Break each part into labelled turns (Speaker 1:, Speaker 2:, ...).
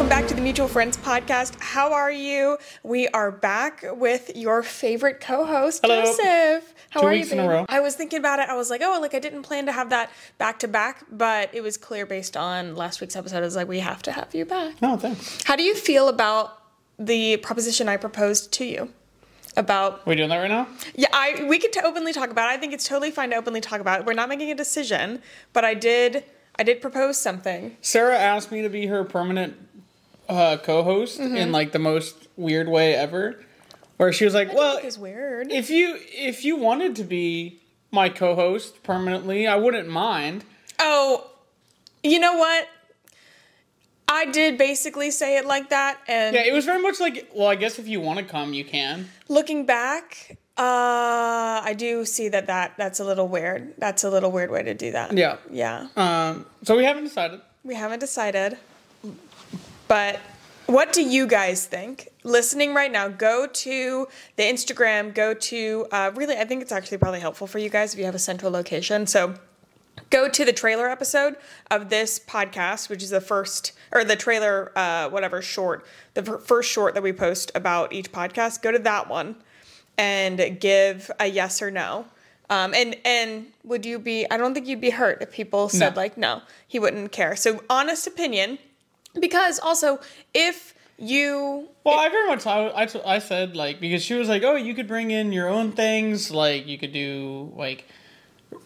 Speaker 1: Cool Friends podcast. How are you? We are back with your favorite co-host,
Speaker 2: Hello.
Speaker 1: Joseph. How
Speaker 2: Two
Speaker 1: are
Speaker 2: weeks
Speaker 1: you?
Speaker 2: in a
Speaker 1: babe?
Speaker 2: row.
Speaker 1: I was thinking about it. I was like, oh, like I didn't plan to have that back to back, but it was clear based on last week's episode. I was like, we have to have you back.
Speaker 2: No, thanks.
Speaker 1: How do you feel about the proposition I proposed to you? About
Speaker 2: We're doing that right now?
Speaker 1: yeah, I we could t- openly talk about. it. I think it's totally fine to openly talk about. it. We're not making a decision, but I did I did propose something.
Speaker 2: Sarah asked me to be her permanent uh, co host in like the most weird way ever. Where she was like, Well,
Speaker 1: It was weird.
Speaker 2: if you if you wanted to be my co host permanently, I wouldn't mind.
Speaker 1: Oh, you know what? I did basically say it like that, and
Speaker 2: Yeah, it was very much like well, I guess if you want to come, you can.
Speaker 1: looking back, uh, I do see that that that's a little weird. That's a little weird way to do that.
Speaker 2: Yeah.
Speaker 1: yeah.
Speaker 2: Um so we haven't decided.
Speaker 1: We haven't decided. But what do you guys think? Listening right now, go to the Instagram, go to, uh, really, I think it's actually probably helpful for you guys if you have a central location. So go to the trailer episode of this podcast, which is the first, or the trailer, uh, whatever short, the fir- first short that we post about each podcast. Go to that one and give a yes or no. Um, and and would you be? I don't think you'd be hurt if people said
Speaker 2: No.
Speaker 1: like no, he wouldn't care. So honest opinion, because also if you
Speaker 2: Well, I very much I, I, t- I said like because she was like, oh, you could bring in your own things, like you could do like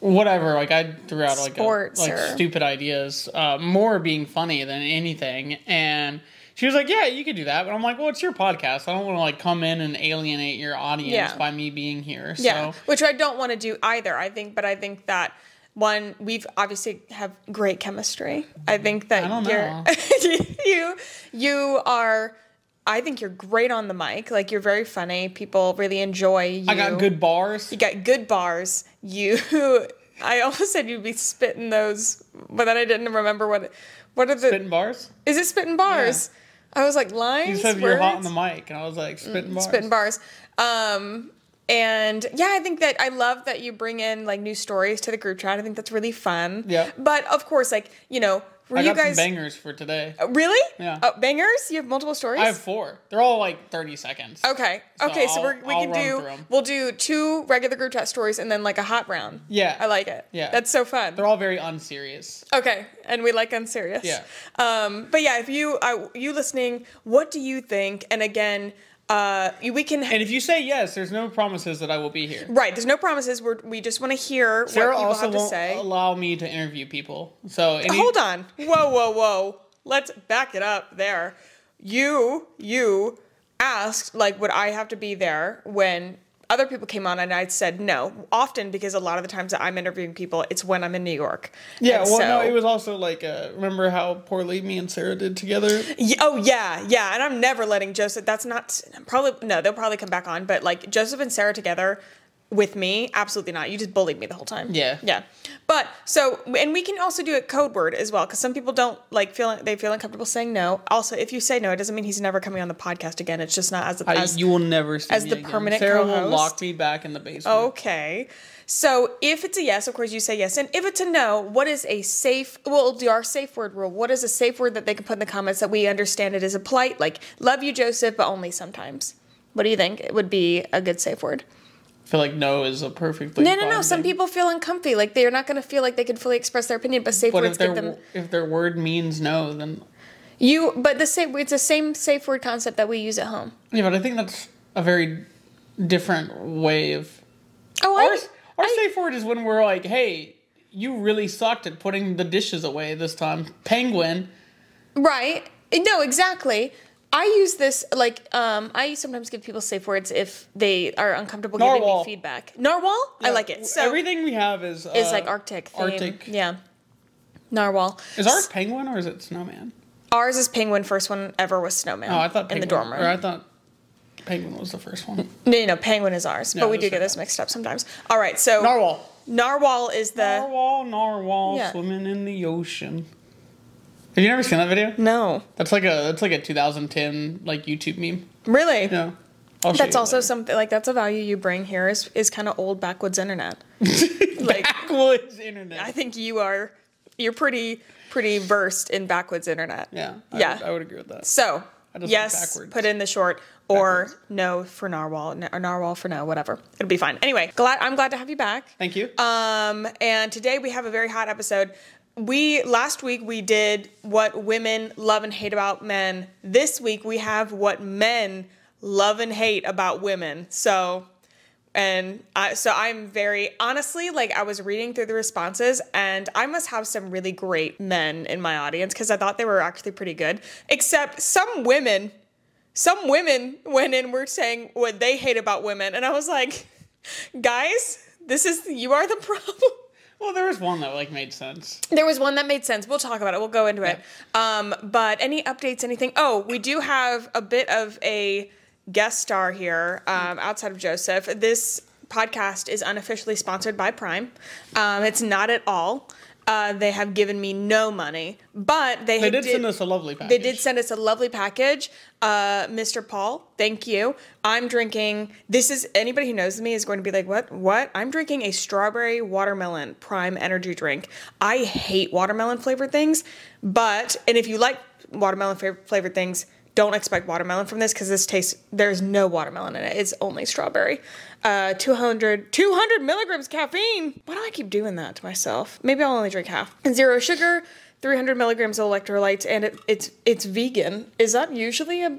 Speaker 2: whatever. Like I threw out like a-
Speaker 1: Sports
Speaker 2: like
Speaker 1: or-
Speaker 2: stupid ideas, uh, more being funny than anything. And she was like, yeah, you could do that. But I'm like, well, it's your podcast. I don't want to like come in and alienate your audience
Speaker 1: Yeah.
Speaker 2: by me being here. So
Speaker 1: Yeah, which I don't want to do either. I think, but I think that one we've obviously have great chemistry. I think that
Speaker 2: I don't
Speaker 1: you're you you are. I think you're great on the mic. Like you're very funny. People really enjoy you.
Speaker 2: I got good bars.
Speaker 1: You got good bars. You. I almost said you'd be spitting those, but then I didn't remember what. What are the?
Speaker 2: Spitting bars.
Speaker 1: Is it spitting bars? I was like lines.
Speaker 2: You said you're hot on
Speaker 1: words? Mm,
Speaker 2: the mic, and I was like, spitting bars.
Speaker 1: spitting bars. Um, and yeah, I think that I love that you bring in like new stories to the group chat. I think that's really fun.
Speaker 2: Yeah.
Speaker 1: But of course, like you know, were
Speaker 2: I
Speaker 1: you
Speaker 2: got
Speaker 1: guys
Speaker 2: some bangers for today.
Speaker 1: really?
Speaker 2: Yeah.
Speaker 1: Oh, bangers! You have multiple stories.
Speaker 2: I have four. They're all like 30 seconds.
Speaker 1: okay. Okay. So,
Speaker 2: I'll-
Speaker 1: we're, we
Speaker 2: I'll
Speaker 1: can
Speaker 2: run
Speaker 1: do
Speaker 2: through 'em.
Speaker 1: we'll do two regular group chat stories and then like a hot round.
Speaker 2: Yeah.
Speaker 1: I like it.
Speaker 2: Yeah.
Speaker 1: That's so fun.
Speaker 2: They're all very unserious.
Speaker 1: Okay, and we like unserious.
Speaker 2: Yeah.
Speaker 1: Um, but yeah, if you uh, you listening, what do you think? And again, uh, you- we can
Speaker 2: And if you say yes, there's no promises that I will be here.
Speaker 1: Right. There's no promises. We're, we just want to hear
Speaker 2: Sarah
Speaker 1: what people
Speaker 2: also
Speaker 1: have to
Speaker 2: won't
Speaker 1: say.
Speaker 2: allow me to interview people. So any,
Speaker 1: Hold on. Whoa, whoa, whoa. Let's back it up there. You, you asked, like, would I have to be there when other people came on and I said no. Often because a lot of the times that I'm interviewing people, it's when I'm in New York.
Speaker 2: Yeah,
Speaker 1: And
Speaker 2: well, no,
Speaker 1: so-
Speaker 2: it was also like uh, remember how poorly me and Sarah did together.
Speaker 1: Y- Oh yeah, yeah, and I'm never letting Joseph. That's not probably no. They'll probably come back on, but like Joseph and Sarah together with me, absolutely not. You just bullied me the whole time.
Speaker 2: Yeah.
Speaker 1: yeah. But so, and we can also do it code word as well, because some people don't like feel they feel uncomfortable saying no. Also, if you say no, it doesn't mean he's never coming on the podcast again. It's just not as
Speaker 2: I,
Speaker 1: as
Speaker 2: you will never see
Speaker 1: as
Speaker 2: me
Speaker 1: the
Speaker 2: again.
Speaker 1: permanent
Speaker 2: Sarah will
Speaker 1: co-host? Oh.
Speaker 2: lock me back in the basement.
Speaker 1: Okay. So if it's a yes, of course you say yes. And if it's a no, what is a safe? Well, we'll do our safe word rule. What is a safe word that they can put in the comments that we understand it is a polite, like love you, Joseph, but only sometimes. What do you think? It would be a good safe word.
Speaker 2: I feel like no is a perfectly
Speaker 1: No, no, no.
Speaker 2: fine
Speaker 1: Some
Speaker 2: thing.
Speaker 1: people feel uncomfy, like they're not going to feel like they can fully express their opinion, but safe
Speaker 2: But
Speaker 1: words
Speaker 2: if their
Speaker 1: give them
Speaker 2: wo- if their word means no, then
Speaker 1: you. But the same, it's the same safe word concept that we use at home.
Speaker 2: yeah. But I think that's a very different way of
Speaker 1: Oh, I-
Speaker 2: ours. Our
Speaker 1: I-
Speaker 2: safe word is when we're like, hey. You really sucked at putting the dishes away this time, penguin.
Speaker 1: Right. No, exactly. I use this like um, I sometimes give people safe words if they are uncomfortable giving me
Speaker 2: Narwhal.
Speaker 1: feedback. Narwhal, I like it. So
Speaker 2: everything we have is uh,
Speaker 1: is like Arctic. Theme.
Speaker 2: Arctic.
Speaker 1: Yeah. Narwhal.
Speaker 2: Is ours penguin or is it snowman?
Speaker 1: Ours is penguin. First one ever was snowman.
Speaker 2: Oh, I thought
Speaker 1: in
Speaker 2: penguin,
Speaker 1: the dorm room.
Speaker 2: Or I thought penguin was the first one.
Speaker 1: no, no, no, penguin is ours,
Speaker 2: No,
Speaker 1: but we
Speaker 2: that's
Speaker 1: do get
Speaker 2: okay.
Speaker 1: those mixed up sometimes. All right, so
Speaker 2: Narwhal.
Speaker 1: narwhal is the
Speaker 2: Uh, Narwhal, narwhal,
Speaker 1: Yeah.
Speaker 2: swimming in the ocean. Have you never seen that video?
Speaker 1: no,
Speaker 2: That's like a that's like a 2010 like YouTube meme.
Speaker 1: really.
Speaker 2: No, I'll show
Speaker 1: That's
Speaker 2: you
Speaker 1: also
Speaker 2: later.
Speaker 1: something like that's a value you bring here is is kind of old backwoods internet. like
Speaker 2: backwoods internet.
Speaker 1: I think you are you're pretty pretty versed in backwoods internet.
Speaker 2: yeah, I
Speaker 1: yeah.
Speaker 2: would, I would agree with that.
Speaker 1: So
Speaker 2: I just
Speaker 1: yes,
Speaker 2: went backwards.
Speaker 1: put in the short, or
Speaker 2: Backwards.
Speaker 1: no for narwhal, n- or narwhal for no, whatever. It'll be fine. Anyway, glad I'm glad to have you back.
Speaker 2: Thank you.
Speaker 1: Um, and today we have a very hot episode. We last week we did what women love and hate about men. This week we have what men love and hate about women. So, and I, so I'm very honestly like I was reading through the responses, and I must have some really great men in my audience because I thought they were actually pretty good. Except some women, some women went in were saying what they hate about women, and I was like guys this is you are the problem
Speaker 2: well, there was one that like made sense.
Speaker 1: there was one that made sense we'll talk about it we'll go into it um, but any updates anything oh we do have a bit of a guest star here um, outside of joseph this podcast is unofficially sponsored by prime um, it's not at all uh, they have given me no money but they,
Speaker 2: They did, send us a lovely package.
Speaker 1: they did send us a lovely package. Uh, Mr. Paul, thank you. I'm drinking, this is, anybody who knows me is going to be like, what? What? I'm drinking a strawberry watermelon prime energy drink. I hate watermelon flavored things, but, and if you like watermelon fa- flavored things, don't expect watermelon from this because this tastes, there's no watermelon in it. It's only strawberry. Uh, 200, 200 milligrams caffeine. Why do I keep doing that to myself? Maybe I'll only drink half. And zero sugar. 300 milligrams of electrolytes and it, it's it's vegan. Is that usually a,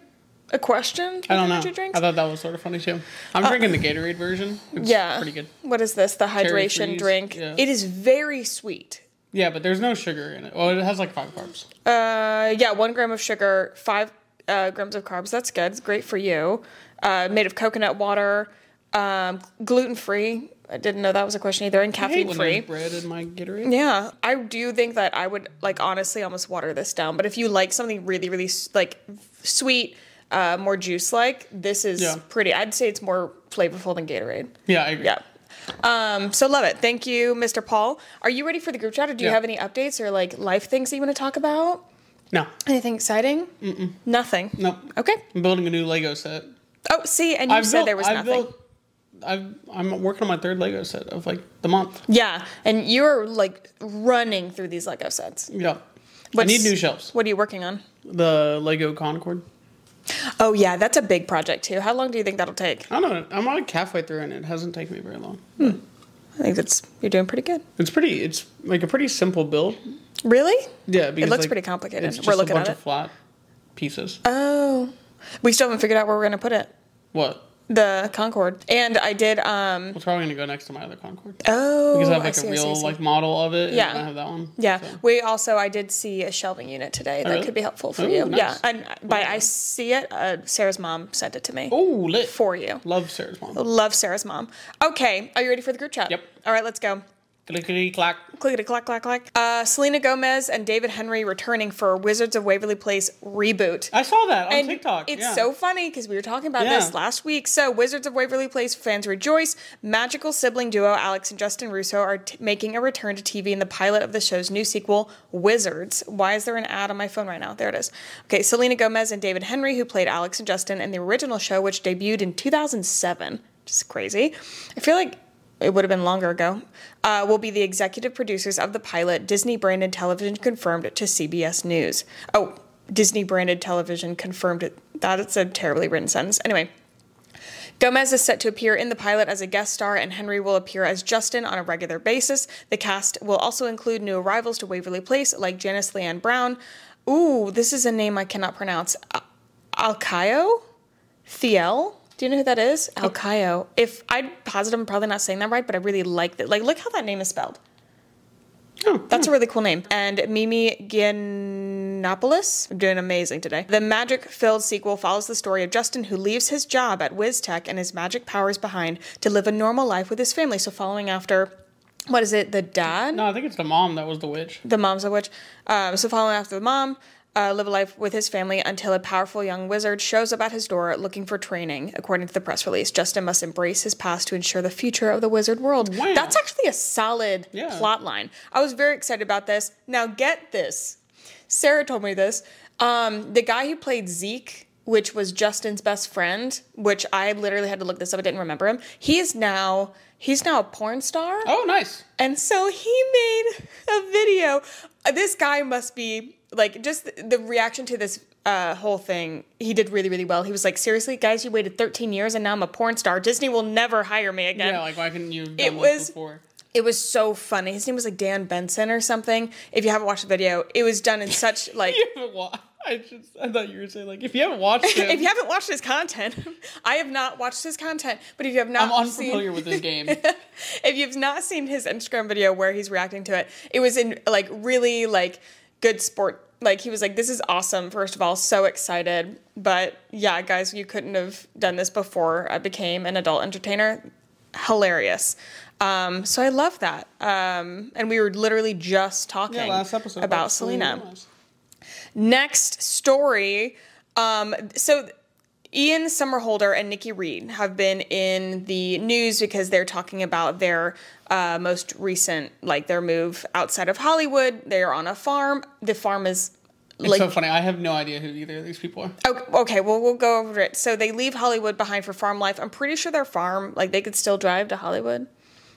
Speaker 1: a question? with
Speaker 2: I don't know.
Speaker 1: energy drinks? Uh,
Speaker 2: I thought that was sort of funny too. I'm drinking the Gatorade version. It's
Speaker 1: yeah.
Speaker 2: pretty good.
Speaker 1: What is this? The
Speaker 2: freeze,
Speaker 1: hydration drink.
Speaker 2: yeah.
Speaker 1: It is very sweet.
Speaker 2: Yeah, but there's no sugar in it. Well, it has like five carbs.
Speaker 1: Uh, yeah, one gram of sugar, five uh, grams of carbs. That's good. It's great for you. Uh, made of coconut water, um, gluten free. I didn't know that was a question either, and
Speaker 2: I hate
Speaker 1: caffeine
Speaker 2: when
Speaker 1: free.
Speaker 2: there's bread in my Gatorade.
Speaker 1: Yeah, I do think that I would like honestly almost water this down. But if you like something really, really s- like sweet, uh, more juice like, this is
Speaker 2: Yeah.
Speaker 1: pretty. I'd say it's more flavorful than Gatorade.
Speaker 2: Yeah, I agree.
Speaker 1: Yeah. Um, so love it. Thank you, Mr. Paul. Are you ready for the group chat or do you
Speaker 2: Yeah.
Speaker 1: have any updates or like life things that you want to talk about?
Speaker 2: No,
Speaker 1: Anything exciting? Mm-mm. Nothing.
Speaker 2: no.
Speaker 1: Okay.
Speaker 2: I'm building a new Lego set.
Speaker 1: Oh, see, and you said there was nothing.
Speaker 2: I've, I'm working on my third Lego set of like the month.
Speaker 1: yeah, and you're like running through these Lego sets.
Speaker 2: Yeah.
Speaker 1: What's-
Speaker 2: I need new shelves.
Speaker 1: What are you working on?
Speaker 2: The Lego Concord.
Speaker 1: Oh yeah, that's a big project too. How long do you think that'll take?
Speaker 2: I don't know. I'm like halfway through and it hasn't taken me very long.
Speaker 1: I think that's you're doing pretty good.
Speaker 2: It's pretty. It's like a pretty simple build.
Speaker 1: Really?
Speaker 2: Yeah, because
Speaker 1: looks
Speaker 2: like,
Speaker 1: pretty complicated.
Speaker 2: It's
Speaker 1: We're
Speaker 2: just
Speaker 1: looking at
Speaker 2: a bunch
Speaker 1: it.
Speaker 2: of flat pieces.
Speaker 1: Oh, we still haven't figured out where we're gonna put it.
Speaker 2: what?
Speaker 1: The Concorde, and I did. Um.
Speaker 2: It's probably gonna go next to my other Concord
Speaker 1: Oh,
Speaker 2: because I have
Speaker 1: I
Speaker 2: like
Speaker 1: see,
Speaker 2: a
Speaker 1: I see, I
Speaker 2: real
Speaker 1: see.
Speaker 2: like model of it.
Speaker 1: Yeah.
Speaker 2: and I don't have that one.
Speaker 1: Yeah,
Speaker 2: so.
Speaker 1: we also I did see a shelving unit today that
Speaker 2: really?
Speaker 1: could be helpful for
Speaker 2: Ooh,
Speaker 1: you.
Speaker 2: nice.
Speaker 1: Yeah, and by
Speaker 2: Okay.
Speaker 1: I see it, uh, Sarah's mom sent it to me
Speaker 2: Oh, lit.
Speaker 1: for you.
Speaker 2: Love Sarah's mom.
Speaker 1: Love Sarah's mom. Okay, are you ready for the group chat?
Speaker 2: Yep.
Speaker 1: All right, let's go.
Speaker 2: Clickety clack.
Speaker 1: Clickety clack clack clack. Uh, Selena Gomez and David Henry returning for Wizards of Waverly Place reboot.
Speaker 2: I saw that on
Speaker 1: and
Speaker 2: TikTok.
Speaker 1: It's
Speaker 2: yeah.
Speaker 1: so funny because we were talking about this
Speaker 2: Yeah.
Speaker 1: last week. So, Wizards of Waverly Place fans rejoice. Magical sibling duo Alex and Justin Russo are t- making a return to TV in the pilot of the show's new sequel, Wizards. Why is there an ad on my phone right now? There it is. Okay, Selena Gomez and David Henry, who played Alex and Justin in the original show, which debuted in 2007. Just crazy. I feel like it would have been longer ago, uh, will be the executive producers of the pilot. Disney branded television confirmed to CBS News. Oh, Disney branded television confirmed it. That's a terribly written sentence. Anyway. Gomez is set to appear in the pilot as a guest star, and Henry will appear as Justin on a regular basis. The cast will also include new arrivals to Waverly Place, like Janice Leanne Brown. Ooh, this is a name I cannot pronounce. Al- Alcayo? Thiel? Do you know who that is? Alcayo. If I'd positive, I'm probably not saying that right, but I really like that. Like, look how that name is spelled.
Speaker 2: Oh,
Speaker 1: That's a really cool name. And Mimi Giannopoulos, I'm doing amazing today. The magic filled sequel follows the story of Justin, who leaves his job at WizTech and his magic powers behind to live a normal life with his family. So, following after, what is it, the dad?
Speaker 2: no, I think it's the mom that was the witch.
Speaker 1: the mom's a witch. Um, so following after the mom, uh, live a life with his family until a powerful young wizard shows up at his door looking for training. According to the press release, Justin must embrace his past to ensure the future of the wizard world.
Speaker 2: Wow.
Speaker 1: That's actually a solid
Speaker 2: Yeah.
Speaker 1: plot line. I was very excited about this. Now get this. Sarah told me this. Um, the guy who played Zeke, which was Justin's best friend, which I literally had to look this up. I didn't remember him. He is now he's now a porn star.
Speaker 2: Oh, nice.
Speaker 1: And so he Uh, made a video. This guy must be like just the reaction to this uh, whole thing, he did really, really well. He was like, seriously, guys, you waited 13 years and now I'm a porn star. Disney will never hire me again.
Speaker 2: Yeah, like why couldn't you? Have done
Speaker 1: It
Speaker 2: this
Speaker 1: was-
Speaker 2: before?
Speaker 1: it was so funny. His name was like Dan Benson or something. If you haven't watched the video, it was done in such like.
Speaker 2: You haven't wa- I just I thought you were saying like if you haven't watched it,
Speaker 1: If you haven't watched his content, I have not watched his content. But if you have not,
Speaker 2: I'm unfamiliar
Speaker 1: seen,
Speaker 2: with this game.
Speaker 1: if you've not seen his Instagram video where he's reacting to it, it was in like really like good sport. Like he was like, "This is awesome!" First of all, so excited. But yeah, guys, you couldn't have done this before I became an adult entertainer. Hilarious. Um, so I love that. Um, and we were literally just talking
Speaker 2: Yeah, last episode
Speaker 1: about, Selena.
Speaker 2: Gomez.
Speaker 1: Next story. Um, so Ian Somerhalder and Nikki Reed have been in the news because they're talking about their uh, most recent, like their move outside of Hollywood. They are on a farm. The farm is
Speaker 2: It's
Speaker 1: like Oh.
Speaker 2: so funny. I have no idea who either of these people are.
Speaker 1: Okay, okay, well, we'll go over it. So they leave Hollywood behind for farm life. I'm pretty sure their farm, like, they could still drive to Hollywood.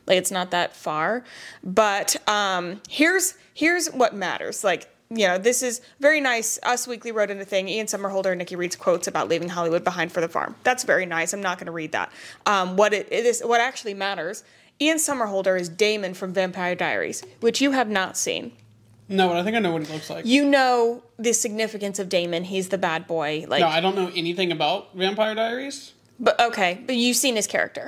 Speaker 1: Like, it's not that far. But um, here's here's what matters. Like, you know, this is very nice. Us Weekly wrote in a thing. Ian Somerhalder and Nikki Reed's quotes about leaving Hollywood behind for the farm. That's very nice. I'm not going to read that. Um, what it, it is, what actually matters. Ian Somerhalder is Damon from Vampire Diaries, which you have not seen
Speaker 2: No, but I think I know what it looks like.
Speaker 1: you know the significance of Damon. He's the bad boy. Like,
Speaker 2: no, I don't know anything about Vampire Diaries.
Speaker 1: but okay, but you've seen his character.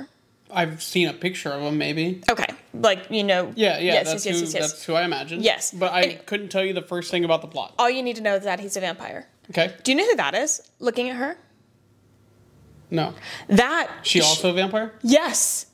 Speaker 2: I've seen a picture of them, maybe.
Speaker 1: Okay, like you know.
Speaker 2: Yeah, yeah,
Speaker 1: Yes,
Speaker 2: that's,
Speaker 1: yes,
Speaker 2: who,
Speaker 1: yes, yes, yes.
Speaker 2: that's who I imagine.
Speaker 1: Yes.
Speaker 2: But I
Speaker 1: And-
Speaker 2: couldn't tell you the first thing about the plot.
Speaker 1: All you need to know is that he's a vampire.
Speaker 2: Okay?
Speaker 1: Do you know who that is? Looking at her,
Speaker 2: No.
Speaker 1: that
Speaker 2: She also a vampire?
Speaker 1: yes,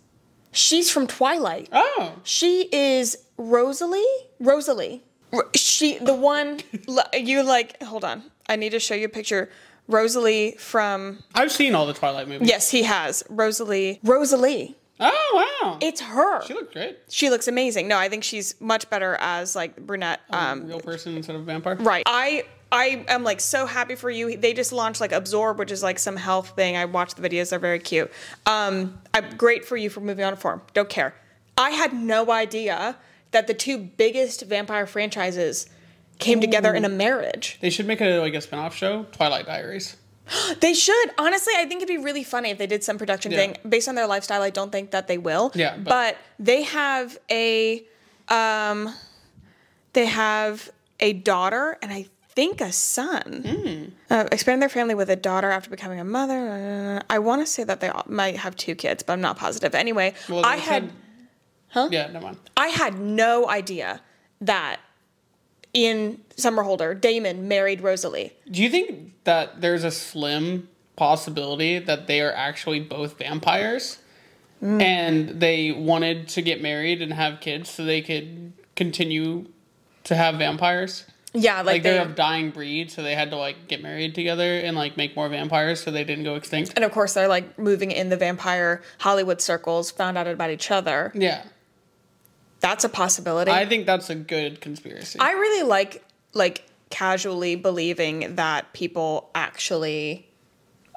Speaker 1: she's from Twilight.
Speaker 2: Oh!
Speaker 1: She is Rosalie. Rosalie. R- She the one l- you like. Hold on, I need to show you a picture. Rosalie from
Speaker 2: I've seen all the Twilight movies.
Speaker 1: yes, he has Rosalie. Rosalie.
Speaker 2: Oh, wow!
Speaker 1: It's her.
Speaker 2: she looked great.
Speaker 1: she looks amazing. No, I think she's much better as like brunette. Um,
Speaker 2: Real person instead of vampire.
Speaker 1: right. I I am like so happy for you. They just launched like Absorb, which is like some health thing. I watched the videos; they're very cute. Um, I'm great for you for moving on to form. Don't care. I had no idea that the two biggest vampire franchises came together in a marriage.
Speaker 2: They should make a like a spin-off show, Twilight Diaries.
Speaker 1: They should. Honestly, I think it'd be really funny if they did some production
Speaker 2: Yeah.
Speaker 1: thing based on their lifestyle. I don't think that they will.
Speaker 2: Yeah,
Speaker 1: But,
Speaker 2: but-
Speaker 1: they have a um they have a daughter and I think a son.
Speaker 2: Hmm.
Speaker 1: Uh, expand their family with a daughter after becoming a mother. I want to say that they all- might have two kids, but I'm not positive. Anyway,
Speaker 2: Well,
Speaker 1: I
Speaker 2: they
Speaker 1: had
Speaker 2: Huh? Yeah, never mind.
Speaker 1: I had no idea that Ian Somerhalder, Damon married Rosalie.
Speaker 2: Do you think that there's a slim possibility that they are actually both vampires
Speaker 1: Mm.
Speaker 2: and they wanted to get married and have kids so they could continue to have vampires?
Speaker 1: Yeah, like,
Speaker 2: Like they're
Speaker 1: they
Speaker 2: of dying breed, so they had to like get married together and like make more vampires so they didn't go extinct.
Speaker 1: And of course, they're like moving in the vampire Hollywood circles, found out about each other.
Speaker 2: Yeah.
Speaker 1: That's a possibility.
Speaker 2: I
Speaker 1: I,
Speaker 2: think that's a good conspiracy.
Speaker 1: really like like casually believing that people actually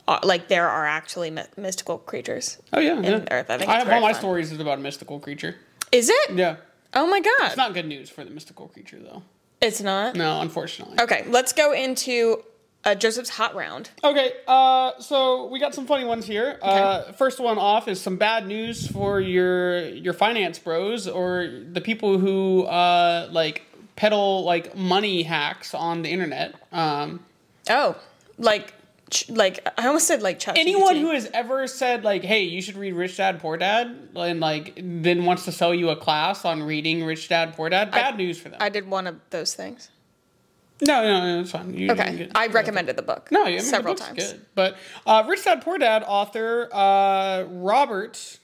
Speaker 1: are, like there are actually my- mystical creatures.
Speaker 2: oh yeah. yeah.
Speaker 1: Earth, I think it's
Speaker 2: have
Speaker 1: very
Speaker 2: all my
Speaker 1: fun.
Speaker 2: stories is about a mystical creature.
Speaker 1: Is it?
Speaker 2: Yeah.
Speaker 1: Oh my god.
Speaker 2: It's not good news for the mystical creature though.
Speaker 1: It's not.
Speaker 2: No, unfortunately.
Speaker 1: Okay, let's go into uh, Joseph's hot round.
Speaker 2: Okay, uh, so we got some funny ones here. Uh, first one off is some bad news for your your finance bros or the people who uh, like peddle like money hacks on the internet. Um,
Speaker 1: Oh, like ch- like I almost said like Chuck. E.
Speaker 2: anyone who has ever said like, "Hey, you should read Rich Dad Poor Dad," and like then wants to sell you a class on reading Rich Dad Poor Dad, bad news for them.
Speaker 1: I did one of those things.
Speaker 2: no, no, no, it's fine. You- you can
Speaker 1: Okay,
Speaker 2: get-
Speaker 1: I recommended the book.
Speaker 2: No, I mean,
Speaker 1: several
Speaker 2: the book's
Speaker 1: times.
Speaker 2: Good. But uh, Rich Dad Poor Dad author uh, Robert,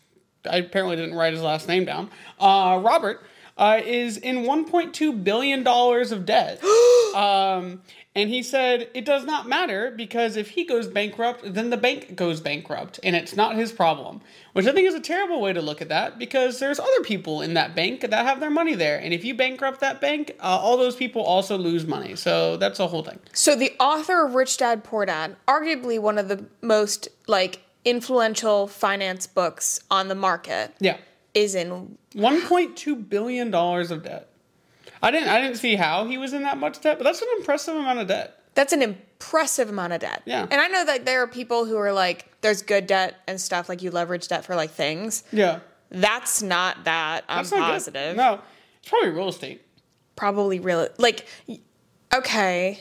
Speaker 2: I apparently didn't write his last name down. Uh, Robert uh, is in 1.2 billion dollars of debt, um, and he said it does not matter because if he goes bankrupt, then the bank goes bankrupt, and it's not his problem. Which I think is a terrible way to look at that because there's other people in that bank that have their money there, and if you bankrupt that bank, uh, all those people also lose money. So that's a whole thing.
Speaker 1: So the author of Rich Dad Poor Dad, arguably one of the most like influential finance books on the market,
Speaker 2: Yeah.
Speaker 1: is in
Speaker 2: One point two billion dollars of debt. I didn't. I didn't see how he was in that much debt, but that's an impressive amount of debt.
Speaker 1: That's an impressive amount of debt.
Speaker 2: Yeah.
Speaker 1: And I know that there are people who are like, there's good debt and stuff, like you leverage debt for like things.
Speaker 2: Yeah.
Speaker 1: That's not that. I'm
Speaker 2: That's not good.
Speaker 1: positive.
Speaker 2: No, it's probably real estate.
Speaker 1: Probably real. Like, y- okay.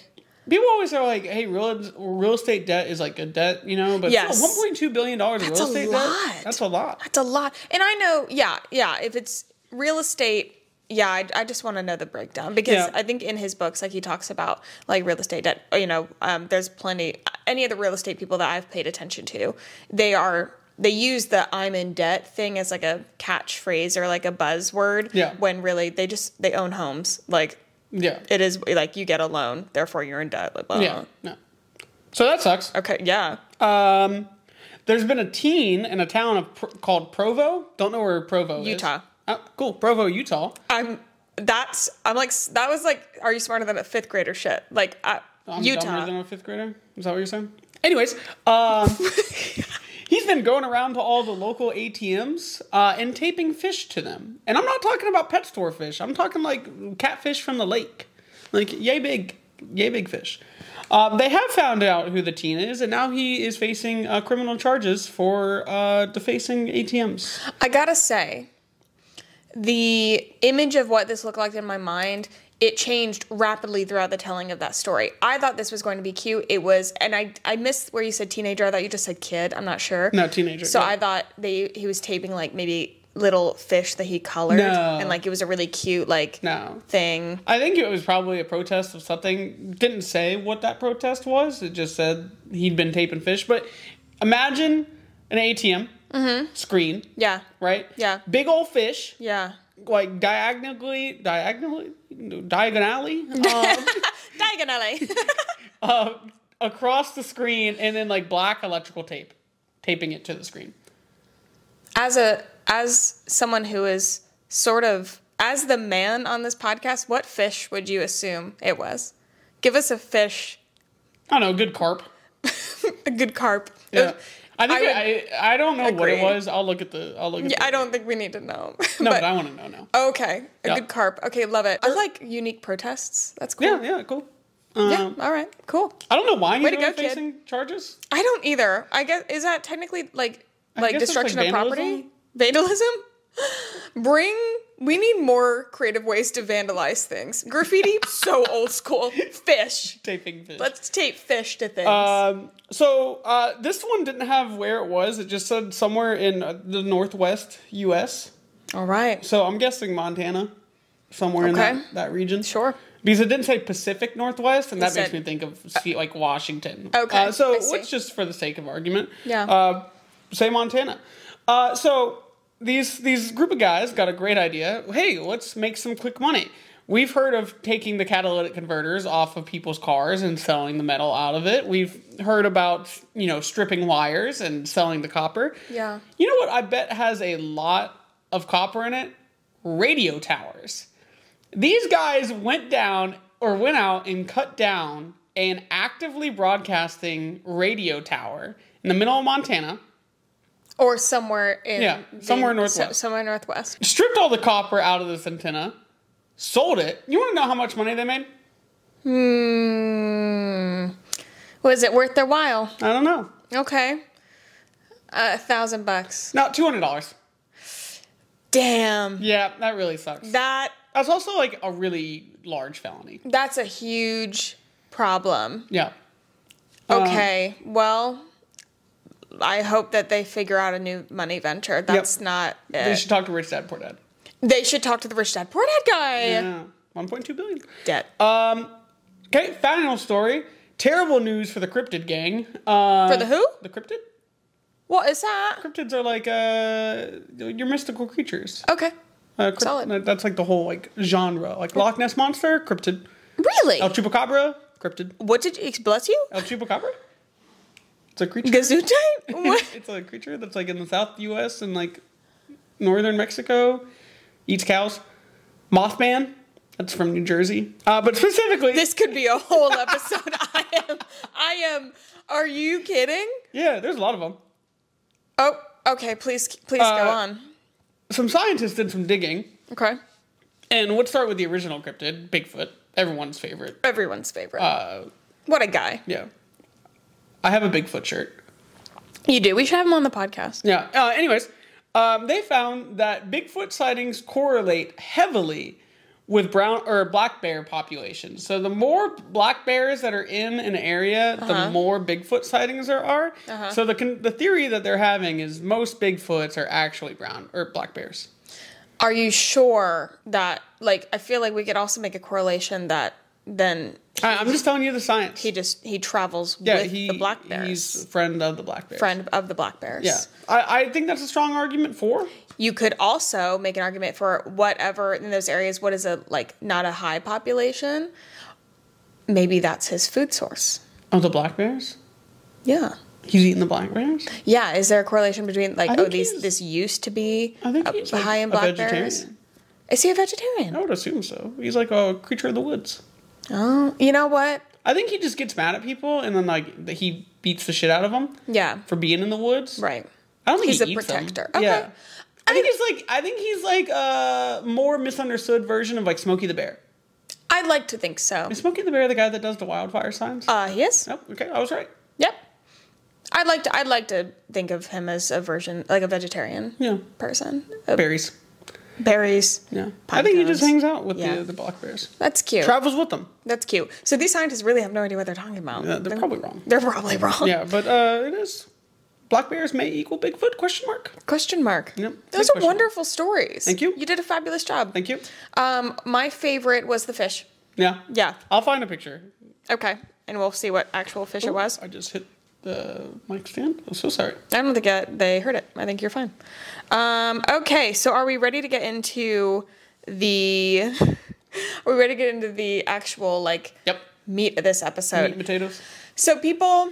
Speaker 2: People always are like, "Hey, real real estate debt is like good debt," you know. But
Speaker 1: Yes.
Speaker 2: one point two billion dollars of
Speaker 1: That's
Speaker 2: real
Speaker 1: a
Speaker 2: estate
Speaker 1: lot.
Speaker 2: debt. That's a lot.
Speaker 1: That's a lot. And I know, yeah, yeah, if it's real estate, yeah, I, I just want to know the breakdown because
Speaker 2: Yeah.
Speaker 1: I think in his books, like he talks about like real estate debt, you know, um, there's plenty, any of the real estate people that I've paid attention to, they are, they use the I'm in debt thing as like a catchphrase or like a buzzword
Speaker 2: Yeah.
Speaker 1: when really they just, they own homes. Like
Speaker 2: Yeah.
Speaker 1: it is like you get a loan, therefore you're in debt. Blah, blah, blah.
Speaker 2: yeah. No. So that sucks.
Speaker 1: Okay. Yeah.
Speaker 2: Um, there's been a teen in a town of, Pro- called Provo. Don't know where Provo
Speaker 1: Utah.
Speaker 2: is. Oh, cool. Provo, Utah.
Speaker 1: I'm that's I'm like s- that was like are you smarter than a fifth grader shit like uh,
Speaker 2: I'm dumber than
Speaker 1: Utah.
Speaker 2: a fifth grader. Is that what you're saying? Anyways, um, he's been going around to all the local ATMs uh, and taping fish to them. And I'm not talking about pet store fish. I'm talking like catfish from the lake, like yay big, yay big fish. Um, they have found out who the teen is, and now he is facing uh, criminal charges for uh, defacing ATMs.
Speaker 1: I gotta say, the image of what this looked like in my mind it changed rapidly throughout the telling of that story. I thought this was going to be cute. It was, and I I missed where you said teenager. I thought you just said kid. I'm not sure.
Speaker 2: No, teenager,
Speaker 1: So
Speaker 2: yeah.
Speaker 1: I thought they he was taping like maybe little fish that he colored,
Speaker 2: No.
Speaker 1: and like it was a really cute like
Speaker 2: No.
Speaker 1: thing.
Speaker 2: I think it was probably a protest of something. Didn't say what that protest was. It just said he'd been taping fish. But imagine an ATM screen,
Speaker 1: Yeah,
Speaker 2: right?
Speaker 1: Mm-hmm. Yeah.
Speaker 2: Big old fish,
Speaker 1: yeah.
Speaker 2: like diagonally, diagonally, diagonally um,
Speaker 1: Diagonally.
Speaker 2: uh, across the screen, and then like black electrical tape, taping it to the screen.
Speaker 1: as a as someone who is sort of as the man on this podcast, what fish would you assume it was? Give us a fish,
Speaker 2: I don't know. Good carp.
Speaker 1: a good carp.
Speaker 2: Yeah. I think
Speaker 1: I
Speaker 2: I, I, don't know what
Speaker 1: agree.
Speaker 2: it was. I'll look at the. I'll look at.
Speaker 1: Yeah,
Speaker 2: the,
Speaker 1: I don't think we need to know.
Speaker 2: No, but, I want to know now.
Speaker 1: okay, a
Speaker 2: Yeah.
Speaker 1: good carp. Okay, love it. I like unique protests. That's cool.
Speaker 2: Yeah, yeah, cool. Um,
Speaker 1: Yeah, all right, cool.
Speaker 2: I don't know why he's
Speaker 1: to
Speaker 2: only
Speaker 1: go, kid.
Speaker 2: facing charges.
Speaker 1: I don't either. I guess is that technically like
Speaker 2: I
Speaker 1: like
Speaker 2: guess it's like
Speaker 1: destruction of property, vandalism. Bring. We need more creative ways to vandalize things. Graffiti, so old school. Fish.
Speaker 2: Taping fish.
Speaker 1: Let's tape fish to things.
Speaker 2: um, so uh, this one didn't have where it was. It just said somewhere in uh, the northwest U.S.
Speaker 1: All right.
Speaker 2: So I'm guessing Montana, somewhere in
Speaker 1: Okay.
Speaker 2: that, that region.
Speaker 1: Sure.
Speaker 2: Because it didn't say Pacific Northwest, and that makes
Speaker 1: said- uh,
Speaker 2: me think of see, like Washington.
Speaker 1: Okay,
Speaker 2: Uh, so
Speaker 1: I see.
Speaker 2: let's just for the sake of argument,
Speaker 1: Yeah.
Speaker 2: Uh, say Montana. Uh, so these these group of guys got a great idea. Hey, let's make some quick money. We've heard of taking the catalytic converters off of people's cars and selling the metal out of it. We've heard about you know stripping wires and selling the copper.
Speaker 1: Yeah.
Speaker 2: You know what I bet has a lot of copper in it? Radio towers. These guys went down or went out and cut down an actively broadcasting radio tower in the middle of Montana,
Speaker 1: Or somewhere in
Speaker 2: Yeah, somewhere
Speaker 1: the- so-
Speaker 2: northwest.
Speaker 1: somewhere northwest.
Speaker 2: stripped all the copper out of this antenna, sold it. You want to know how much money they made?
Speaker 1: Hmm. Was it worth their while?
Speaker 2: I don't know.
Speaker 1: Okay. A thousand bucks.
Speaker 2: No, $200.
Speaker 1: Damn.
Speaker 2: Yeah, that really sucks.
Speaker 1: That
Speaker 2: That's also like a really large felony.
Speaker 1: that's a huge problem.
Speaker 2: Yeah. Um,
Speaker 1: Okay. well, I hope that they figure out a new money venture. That's not it.
Speaker 2: They should talk to Rich Dad Poor Dad.
Speaker 1: talk to the rich dad poor dad guy.
Speaker 2: Yeah. 1.2 billion.
Speaker 1: Debt.
Speaker 2: Um, okay, final story. Terrible news for the cryptid gang. Uh,
Speaker 1: For the who?
Speaker 2: The cryptid?
Speaker 1: What is that?
Speaker 2: Cryptids are like uh, your mystical creatures.
Speaker 1: Okay.
Speaker 2: Uh, crypt-
Speaker 1: Solid.
Speaker 2: That's like the whole like genre. Like Loch Ness monster, cryptid.
Speaker 1: Really?
Speaker 2: El chupacabra, cryptid.
Speaker 1: What did you bless you?
Speaker 2: El chupacabra. It's a creature.
Speaker 1: Gazoo type? What?
Speaker 2: it's a creature that's like in the South U.S. and like northern Mexico. Eats cows. Mothman. That's from New Jersey. Uh, but specifically,
Speaker 1: this could be a whole episode. I am. I am. Are you kidding?
Speaker 2: yeah, there's a lot of them.
Speaker 1: Oh, okay. Please, please go
Speaker 2: Uh,
Speaker 1: on.
Speaker 2: Some scientists did some digging.
Speaker 1: Okay.
Speaker 2: And let's start with the original cryptid, Bigfoot, everyone's favorite.
Speaker 1: Everyone's favorite.
Speaker 2: Uh,
Speaker 1: What a guy.
Speaker 2: Yeah. I have a Bigfoot shirt.
Speaker 1: You do. We should have him on the podcast.
Speaker 2: Yeah. Uh, anyways, um, they found that Bigfoot sightings correlate heavily with brown or black bear populations. So the more black bears that are in an area, the more Bigfoot sightings there are. So the con- the theory that they're having is most Bigfoots are actually brown or black bears.
Speaker 1: Are you sure that, like, I feel like we could also make a correlation that then
Speaker 2: I, I'm just telling you the science.
Speaker 1: he just he travels
Speaker 2: yeah,
Speaker 1: with
Speaker 2: he,
Speaker 1: the black
Speaker 2: he's
Speaker 1: bears,
Speaker 2: a friend of the black bears.
Speaker 1: friend of the black bears.
Speaker 2: Yeah, I, I think that's a strong argument for.
Speaker 1: You could also make an argument for whatever in those areas. What is a like not a high population? Maybe that's his food source.
Speaker 2: Oh, the black bears.
Speaker 1: Yeah.
Speaker 2: He's eating the black bears.
Speaker 1: Yeah, is there a correlation between like
Speaker 2: I
Speaker 1: oh
Speaker 2: think
Speaker 1: these
Speaker 2: he's-
Speaker 1: this used to be
Speaker 2: I think
Speaker 1: a-
Speaker 2: he's like
Speaker 1: high in
Speaker 2: a
Speaker 1: black
Speaker 2: vegetarian.
Speaker 1: bears? Is he a vegetarian?
Speaker 2: I would assume so. He's like a creature of the woods.
Speaker 1: Oh, you know what?
Speaker 2: I think he just gets mad at people and then like th- he beats the shit out of them
Speaker 1: Yeah,
Speaker 2: for being in the woods.
Speaker 1: right.
Speaker 2: I don't think
Speaker 1: He's
Speaker 2: he
Speaker 1: a
Speaker 2: eats 'em.
Speaker 1: protector. Okay.
Speaker 2: Yeah. I think he's like I think he's like a more misunderstood version of like Smokey the Bear.
Speaker 1: I'd like to think so.
Speaker 2: Is Smokey the Bear the guy that does the wildfire signs?
Speaker 1: Uh, he is.
Speaker 2: nope. Okay, I was right.
Speaker 1: Yep. I'd like to. I'd like to think of him as a version, like a vegetarian
Speaker 2: Yeah.
Speaker 1: person. Uh,
Speaker 2: Berries.
Speaker 1: berries.
Speaker 2: Yeah. I think he just
Speaker 1: cones.
Speaker 2: hangs out with
Speaker 1: Yeah.
Speaker 2: the, the black bears.
Speaker 1: That's cute.
Speaker 2: Travels with them.
Speaker 1: That's cute. So these scientists really have no idea what they're talking about.
Speaker 2: Yeah, they're probably wrong.
Speaker 1: They're probably wrong.
Speaker 2: Yeah, but uh, it is. Black bears may equal Bigfoot? Question mark.
Speaker 1: Question mark.
Speaker 2: Yep. Good
Speaker 1: Those are
Speaker 2: question.
Speaker 1: wonderful stories.
Speaker 2: Thank you.
Speaker 1: You did a fabulous job.
Speaker 2: Thank you.
Speaker 1: Um, my favorite was the fish.
Speaker 2: Yeah.
Speaker 1: Yeah.
Speaker 2: I'll find a picture.
Speaker 1: Okay. And we'll see what actual fish it was.
Speaker 2: I just hit the mic stand. I'm so sorry.
Speaker 1: I don't think I, they heard it. I think you're fine. Um, okay, so are we ready to get into the? are we ready to get into the actual like
Speaker 2: Yep.
Speaker 1: meat of this
Speaker 2: Meat and
Speaker 1: episode?
Speaker 2: potatoes.
Speaker 1: So people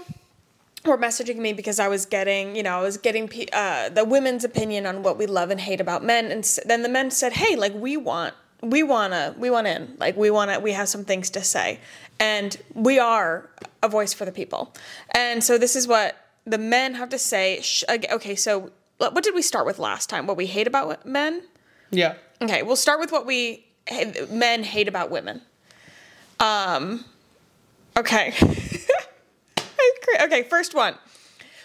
Speaker 1: were messaging me because I was getting, you know, I was getting pe- uh, the women's opinion on what we love and hate about men, and s- then the men said, "Hey, like we want." We wanna, we want in, like we wanna, we have some things to say, and we are a voice for the people, and so this is what the men have to say. Sh- ag- Okay, so l- what did we start with last time? What we hate about wo- men?
Speaker 2: Yeah.
Speaker 1: Okay, we'll start with what we ha- men hate about women. Um, okay. okay, first one.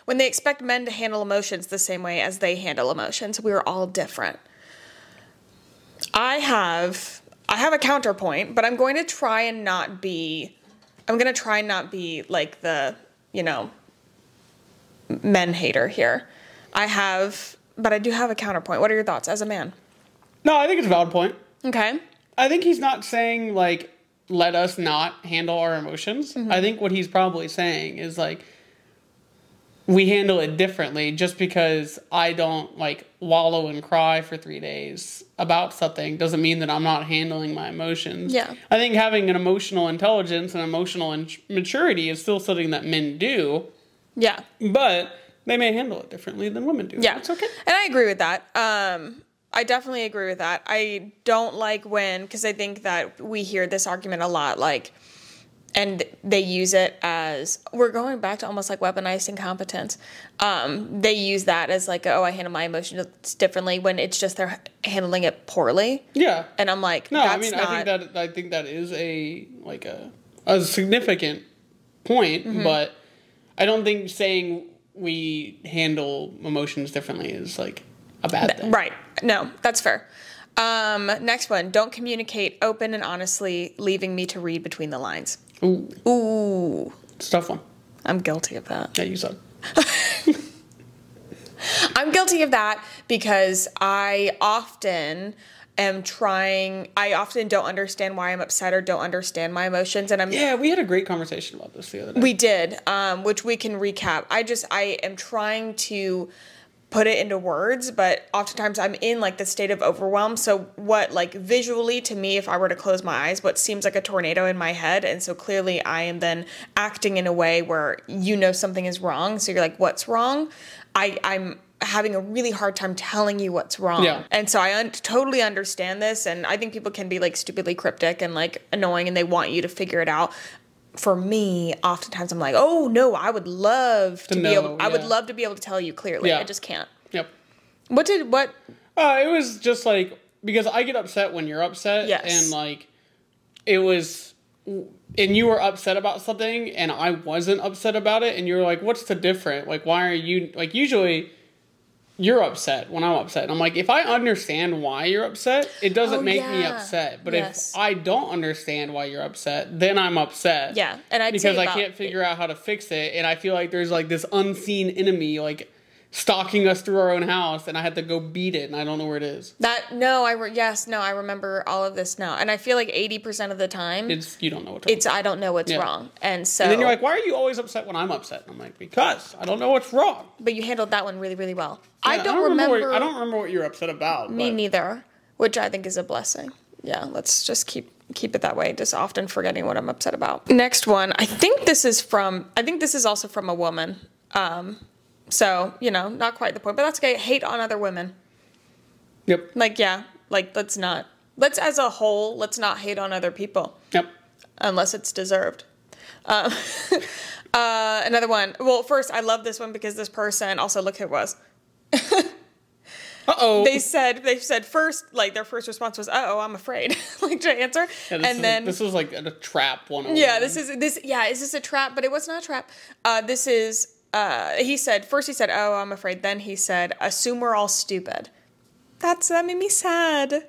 Speaker 1: When they expect men to handle emotions the same way as they handle emotions, we are all different. I have I have a counterpoint, but I'm going to try and not be I'm going to try and not be like the, you know, men hater here. I have but I do have a counterpoint. What are your thoughts as a man?
Speaker 2: No, I think it's a valid point.
Speaker 1: Okay.
Speaker 2: I think he's not saying like let us not handle our emotions.
Speaker 1: Mm-hmm.
Speaker 2: I think what he's probably saying is like we handle it differently just because I don't like wallow and cry for 3 days about something doesn't mean that I'm not handling my emotions.
Speaker 1: Yeah.
Speaker 2: I think having an emotional intelligence and emotional in- maturity is still something that men do,
Speaker 1: Yeah.
Speaker 2: but they may handle it differently than women do.
Speaker 1: Yeah.
Speaker 2: It's okay.
Speaker 1: And I agree with that. Um, I definitely agree with that. I don't like when, because I think that we hear this argument a lot, like, and they use it as we're going back to almost like weaponized incompetence. Um, they use that as like, oh, I handle my emotions differently when it's just they're handling it poorly.
Speaker 2: Yeah.
Speaker 1: And I'm like,
Speaker 2: No,
Speaker 1: that's
Speaker 2: I mean
Speaker 1: not.
Speaker 2: I think that I think that is a like a a significant point, but I don't think saying we handle emotions differently is like a bad thing.
Speaker 1: Right. No, that's fair. Um, next one. Don't communicate open and honestly, leaving me to read between the lines.
Speaker 2: Ooh,
Speaker 1: Ooh,
Speaker 2: it's a tough one.
Speaker 1: I'm guilty of that.
Speaker 2: Yeah, you suck.
Speaker 1: I'm guilty of that because I often am trying, I often don't understand why I'm upset or don't understand my emotions. And I'm,
Speaker 2: Yeah, we had a great conversation about this the other day.
Speaker 1: we did, um, which we can recap. I just, I am trying to put it into words, but oftentimes I'm in like the state of overwhelm. So, what, like, visually to me, if I were to close my eyes, what seems like a tornado in my head. And so, clearly, I am then acting in a way where you know something is wrong. So, you're like, what's wrong? I, I'm, having a really hard time telling you what's wrong.
Speaker 2: Yeah.
Speaker 1: And so I un- totally understand this. And I think people can be like stupidly cryptic and like annoying and they want you to figure it out. For me, oftentimes I'm like, oh no, I would love to, be
Speaker 2: know,
Speaker 1: able, I would
Speaker 2: yeah.
Speaker 1: love to be able to tell you clearly.
Speaker 2: Yeah.
Speaker 1: I just can't.
Speaker 2: yep.
Speaker 1: What did, what,
Speaker 2: Uh, it was just like because I get upset when you're upset,
Speaker 1: Yes.
Speaker 2: and like it was and you were upset about something and I wasn't upset about it and you were like, what's the difference? Like, why are you like usually you're upset when I'm upset. And I'm like, if I understand why you're upset, it doesn't
Speaker 1: Oh,
Speaker 2: make me
Speaker 1: yeah.
Speaker 2: upset. But
Speaker 1: Yes.
Speaker 2: if I don't understand why you're upset, then I'm upset.
Speaker 1: Yeah, and I'd say
Speaker 2: because I
Speaker 1: about-
Speaker 2: can't figure out how to fix it, and I feel like there's like this unseen enemy like stalking us through our own house, and I had to go beat it, and I don't know where it is.
Speaker 1: That no, I re- yes, no, I remember all of this now, and I feel like eighty percent of the time it's,
Speaker 2: It's you don't know what. To do.
Speaker 1: I don't know what's
Speaker 2: Yeah.
Speaker 1: wrong, and so
Speaker 2: And then you're like, why are you always upset when I'm upset? And I'm like, because I don't know what's wrong.
Speaker 1: but you handled that one really really well. I
Speaker 2: Yeah,
Speaker 1: don't remember.
Speaker 2: what, I don't remember what you're upset about.
Speaker 1: me
Speaker 2: but-
Speaker 1: neither, which I think is a blessing. Yeah, let's just keep keep it that way. Just often forgetting what I'm upset about. Next one, I think this is from. I think this is also from a woman. Um, so you know, not quite the point, but that's okay. Hate on other women.
Speaker 2: Yep.
Speaker 1: Like yeah, like let's not. Let's as a whole, let's not hate on other people.
Speaker 2: Yep.
Speaker 1: unless it's deserved. Um, uh, another one. Well, first, I love this one because this person also look who it was.
Speaker 2: Uh oh.
Speaker 1: They said they said first, like their first response was, "Oh, I'm afraid," like to answer, and then
Speaker 2: this is like a trap one. oh.
Speaker 1: yeah, this is this yeah, is this a trap? But it was not a trap. Uh, this is uh, he said first. He said, "Oh, I'm afraid." Then he said, "Assume we're all stupid." That's that made me sad.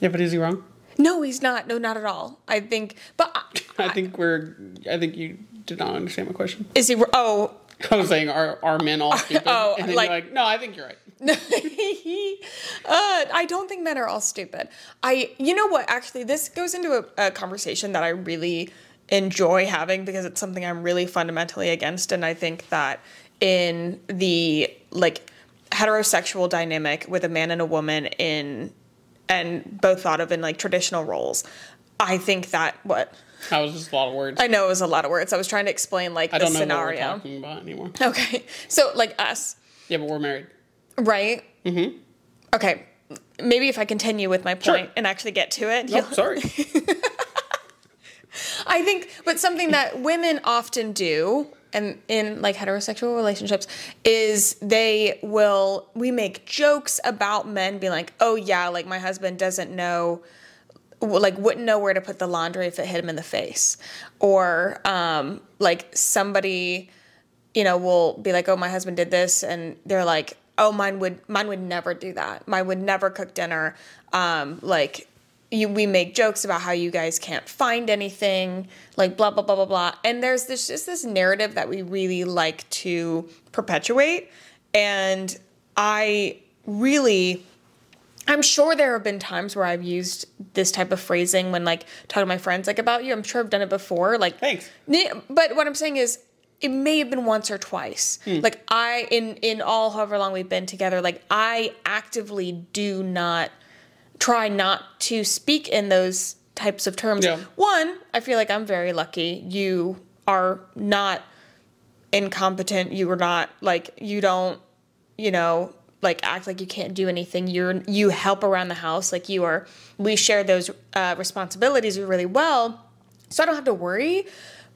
Speaker 2: Yeah, but is he wrong?
Speaker 1: No, he's not. No, not at all. I think, but uh, I-
Speaker 2: I think we're. I think you did not understand my question.
Speaker 1: is he? Oh,
Speaker 2: I was saying, are are men all stupid?
Speaker 1: Oh,
Speaker 2: and then
Speaker 1: like-
Speaker 2: you're like, no, I think you're right.
Speaker 1: uh, I don't think men are all stupid. I, you know what? Actually, this goes into a, a conversation that I really enjoy having because it's something I'm really fundamentally against, and I think that in the like heterosexual dynamic with a man and a woman in and both thought of in like traditional roles, I think that what
Speaker 2: That was just a lot of words.
Speaker 1: I know it was a lot of words. I was trying to explain like
Speaker 2: I
Speaker 1: the
Speaker 2: don't know what we're
Speaker 1: scenario.
Speaker 2: talking about anymore.
Speaker 1: Okay, so like us.
Speaker 2: Yeah, but we're married.
Speaker 1: Right? Mm-hmm. Okay. Maybe if I continue with my point and actually get to it.
Speaker 2: Oh,
Speaker 1: you'll-
Speaker 2: sorry.
Speaker 1: I think, but something that women often do, and in like heterosexual relationships, is they will we make jokes about men being like, "Oh yeah, like my husband doesn't know." w- Like wouldn't know where to put the laundry if it hit him in the face, or um, like somebody, you know, will be like, "Oh, my husband did this," and they're like, "Oh, mine would mine would never do that. Mine would never cook dinner." Um, like you, we make jokes about how you guys can't find anything, like blah blah blah blah blah. And there's this just this narrative that we really like to perpetuate, and I really. I'm sure there have been times where I've used this type of phrasing when like talking to my friends like about you. I'm sure I've done it before. Like
Speaker 2: Thanks.
Speaker 1: Ne- But what I'm saying is it may have been once or twice. Like I in in all however long we've been together, like I actively do not try not to speak in those types of terms.
Speaker 2: Yeah.
Speaker 1: One, I feel like I'm very lucky. You are not incompetent. You are not like you don't, you know, like act like you can't do anything. You're you help around the house. Like you are. We share those uh, responsibilities really well, so I don't have to worry.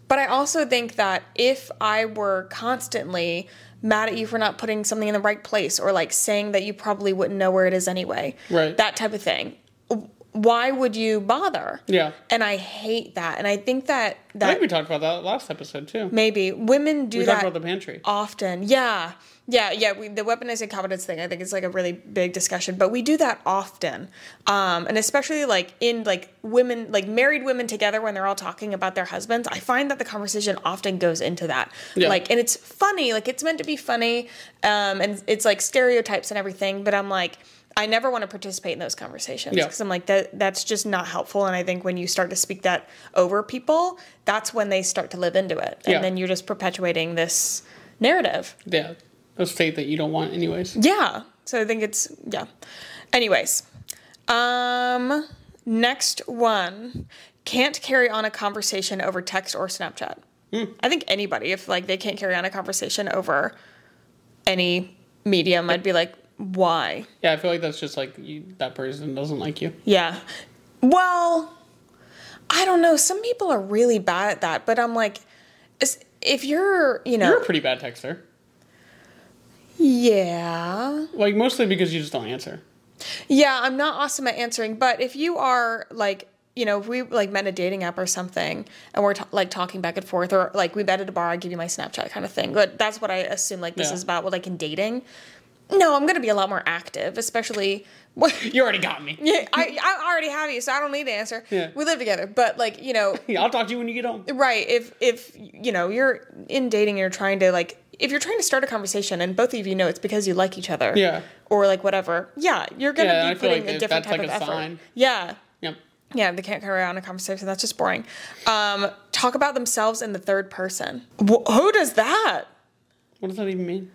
Speaker 1: But I also think that if I were constantly mad at you for not putting something in the right place or like saying that you probably wouldn't know where it is anyway,
Speaker 2: Right.
Speaker 1: That type of thing. w- Why would you bother?
Speaker 2: Yeah.
Speaker 1: And I hate that. And I think that
Speaker 2: I
Speaker 1: that
Speaker 2: think we talked about that last episode too.
Speaker 1: maybe women do
Speaker 2: We
Speaker 1: that
Speaker 2: talked about the pantry.
Speaker 1: often. Yeah. Yeah, yeah, we, the weaponized incompetence thing I think is like a really big discussion, but we do that often, um, and especially like in like women, like married women together when they're all talking about their husbands. I find that the conversation often goes into that,
Speaker 2: Yeah.
Speaker 1: like, and it's funny, like it's meant to be funny, um, and it's like stereotypes and everything. But I'm like, I never want to participate in those conversations
Speaker 2: Yeah.
Speaker 1: because I'm like that. That's just not helpful, and I think when you start to speak that over people, that's when they start to live into it, and
Speaker 2: Yeah.
Speaker 1: then you're just perpetuating this narrative.
Speaker 2: Yeah, a state that you don't want, anyways.
Speaker 1: Yeah. So I think it's yeah. Anyways, um next one can't carry on a conversation over text or Snapchat.
Speaker 2: Hmm.
Speaker 1: I think anybody if like they can't carry on a conversation over any medium I'd be like why?
Speaker 2: Yeah, I feel like that's just like you, that person doesn't like you.
Speaker 1: Yeah. Well, I don't know. Some people are really bad at that, but I'm like is- if you're, you know,
Speaker 2: You're a pretty bad texter.
Speaker 1: yeah.
Speaker 2: Like mostly because you just don't answer.
Speaker 1: Yeah, I'm not awesome at answering, but if you are like, you know, if we like met a dating app or something and we're t- like talking back and forth or like we met at a bar, I give you my Snapchat kind of thing. But that's what I assume like this
Speaker 2: Yeah.
Speaker 1: is about, well, like in dating. No, I'm going to be a lot more active, especially when
Speaker 2: You already got me.
Speaker 1: I, I already have you, so I don't need to answer.
Speaker 2: Yeah.
Speaker 1: We live together. But like, you know,
Speaker 2: Yeah, I'll talk to you when you get home.
Speaker 1: right if if you know you're in dating and you're trying to like if you're trying to start a conversation and both of you know it's because you like each other
Speaker 2: Yeah.
Speaker 1: or like whatever yeah you're gonna
Speaker 2: Yeah, I
Speaker 1: be
Speaker 2: feel
Speaker 1: putting
Speaker 2: like
Speaker 1: a
Speaker 2: if
Speaker 1: different
Speaker 2: that's,
Speaker 1: type
Speaker 2: like,
Speaker 1: of
Speaker 2: a
Speaker 1: effort
Speaker 2: sign.
Speaker 1: yeah
Speaker 2: Yep.
Speaker 1: yeah they can't carry on a conversation that's just boring um talk about themselves in the third person Wh- who does that
Speaker 2: What does that even mean?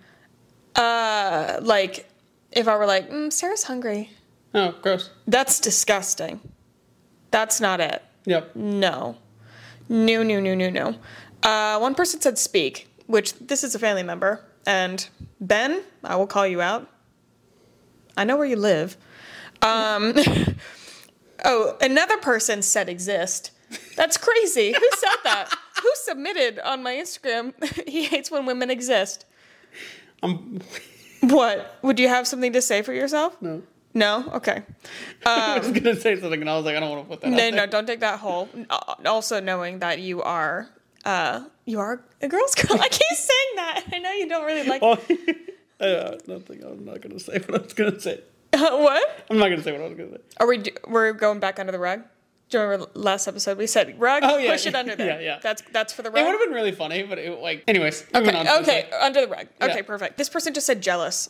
Speaker 1: uh like if i were like mm, sarah's hungry
Speaker 2: Oh, gross.
Speaker 1: that's disgusting that's not it
Speaker 2: Yep.
Speaker 1: No. No, no, no, no, no. Uh, one person said speak, which this is a family member. And Ben, I will call you out. I know where you live. Um, oh, another person said exist. That's crazy. Who said that? Who submitted on my Instagram? he hates when women exist.
Speaker 2: I'm.
Speaker 1: What? Would you have something to say for yourself?
Speaker 2: No.
Speaker 1: No? Okay.
Speaker 2: I was gonna say something, and I was like, I don't want to put that.
Speaker 1: Um, No,
Speaker 2: out
Speaker 1: no,
Speaker 2: there.
Speaker 1: don't take that whole. uh, Also, knowing that you are, uh, you are a girl's girl. I keep saying that. I know you don't really like.
Speaker 2: Well, Oh, I, uh, nothing. I'm not gonna say what I was gonna say. Oh.
Speaker 1: what?
Speaker 2: I'm not gonna say what I was gonna say.
Speaker 1: Are we? do- We're going back under the rug. Do you remember last episode we said rug?
Speaker 2: Oh, yeah,
Speaker 1: push it under there.
Speaker 2: yeah, yeah.
Speaker 1: That's that's for the
Speaker 2: It
Speaker 1: rug.
Speaker 2: would have been really funny, but it like. Anyways, moving on. to
Speaker 1: okay,
Speaker 2: the
Speaker 1: okay,
Speaker 2: side.
Speaker 1: under the rug. Okay,
Speaker 2: Yeah.
Speaker 1: perfect. This person just said jealous.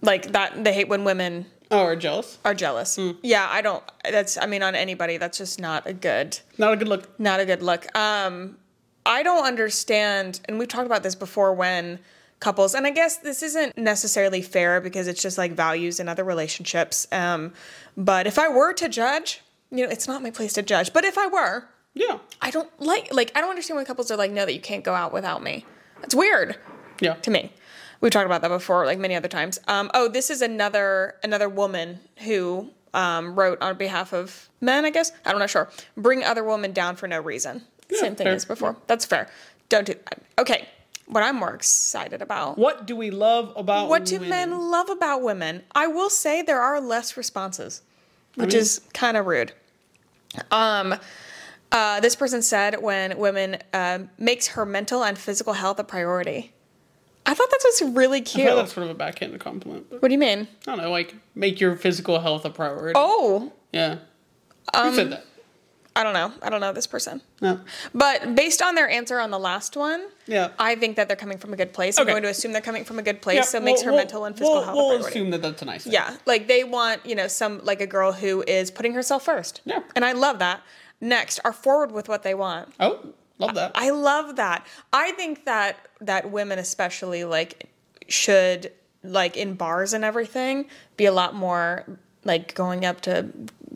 Speaker 1: Like that, they hate when women
Speaker 2: Oh, or jealous?
Speaker 1: are jealous.
Speaker 2: Mm.
Speaker 1: Yeah, I don't. That's. I mean, on anybody, that's just not a good.
Speaker 2: Not a good look.
Speaker 1: not a good look. Um, I don't understand, and we've talked about this before when couples, and I guess this isn't necessarily fair because it's just like values in other relationships. Um, but if I were to judge, you know, it's not my place to judge, but if I were,
Speaker 2: Yeah.
Speaker 1: I don't like, like, I don't understand why couples are like, no, that you can't go out without me. That's weird
Speaker 2: Yeah.
Speaker 1: to me. We've talked about that before, like many other times. Um, oh, this is another another woman who um, wrote on behalf of men, I guess. I'm not sure. Bring other women down for no reason.
Speaker 2: Yeah,
Speaker 1: Same thing
Speaker 2: fair.
Speaker 1: as before. That's fair. Don't do that. Okay. What I'm more excited about.
Speaker 2: What do we love about
Speaker 1: What do
Speaker 2: women?
Speaker 1: men love about women? I will say there are less responses, which
Speaker 2: mean-
Speaker 1: is kind of rude. Um, uh, this person said when women um makes her mental and physical health a priority. I thought that was really
Speaker 2: I
Speaker 1: cute.
Speaker 2: feel that's sort of a backhanded compliment, but
Speaker 1: What do you mean?
Speaker 2: I don't know. Like, make your physical health a priority.
Speaker 1: Oh, Um,
Speaker 2: Yeah. Who said that?
Speaker 1: I don't know. I don't know this person.
Speaker 2: No.
Speaker 1: But based on their answer on the last one,
Speaker 2: Yeah.
Speaker 1: I think that they're coming from a good place. I'm
Speaker 2: Okay.
Speaker 1: going to assume they're coming from a good place,
Speaker 2: Yeah,
Speaker 1: so it makes
Speaker 2: we'll-
Speaker 1: her
Speaker 2: we'll-
Speaker 1: mental and physical
Speaker 2: we'll,
Speaker 1: health a
Speaker 2: We'll
Speaker 1: priority.
Speaker 2: assume that that's a nice thing.
Speaker 1: Yeah, like they want, you know, some like a girl who is putting herself first.
Speaker 2: Yeah.
Speaker 1: And I love that. Next, are forward with what they want.
Speaker 2: Oh, love that.
Speaker 1: I love that. I think that that women especially like should like in bars and everything be a lot more like going up to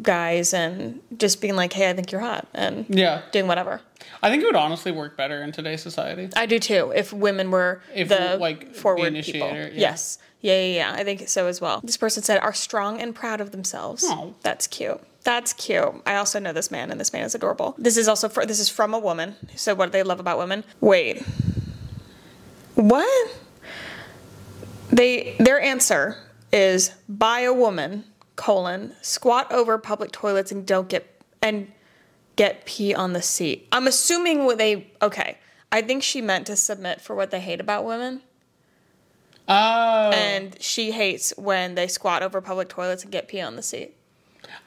Speaker 1: guys and just being like, "Hey, I think you're hot." And
Speaker 2: yeah.
Speaker 1: doing whatever.
Speaker 2: I think it would honestly work better in today's society.
Speaker 1: I do too. If women were
Speaker 2: If,
Speaker 1: the
Speaker 2: like, the
Speaker 1: forward
Speaker 2: initiator,
Speaker 1: people,
Speaker 2: yeah.
Speaker 1: yes, yeah, yeah, yeah. I think so as well. This person said, "Are strong and proud of themselves."
Speaker 2: Aw.
Speaker 1: That's cute. That's cute. I also know this man, and this man is adorable. This is also for, this is from a woman. So what do they love about women? Wait, what? They their answer is buy a woman colon squat over public toilets and don't get and get pee on the seat. I'm assuming what they okay. I think she meant to submit for what they hate about women,
Speaker 2: Oh,
Speaker 1: and she hates when they squat over public toilets and get pee on the seat.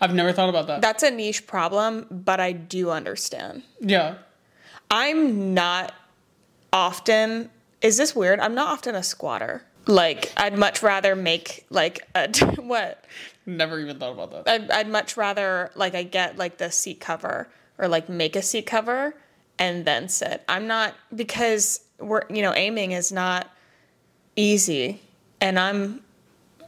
Speaker 2: I've never thought about that.
Speaker 1: That's a niche problem, but I do understand.
Speaker 2: yeah.
Speaker 1: I'm not often. Is this weird? I'm not often a squatter. Like I'd much rather make like a what?
Speaker 2: Never even thought about that.
Speaker 1: I'd, I'd much rather like I get like the seat cover or like make a seat cover and then sit. I'm not because we're you know aiming is not easy, and I'm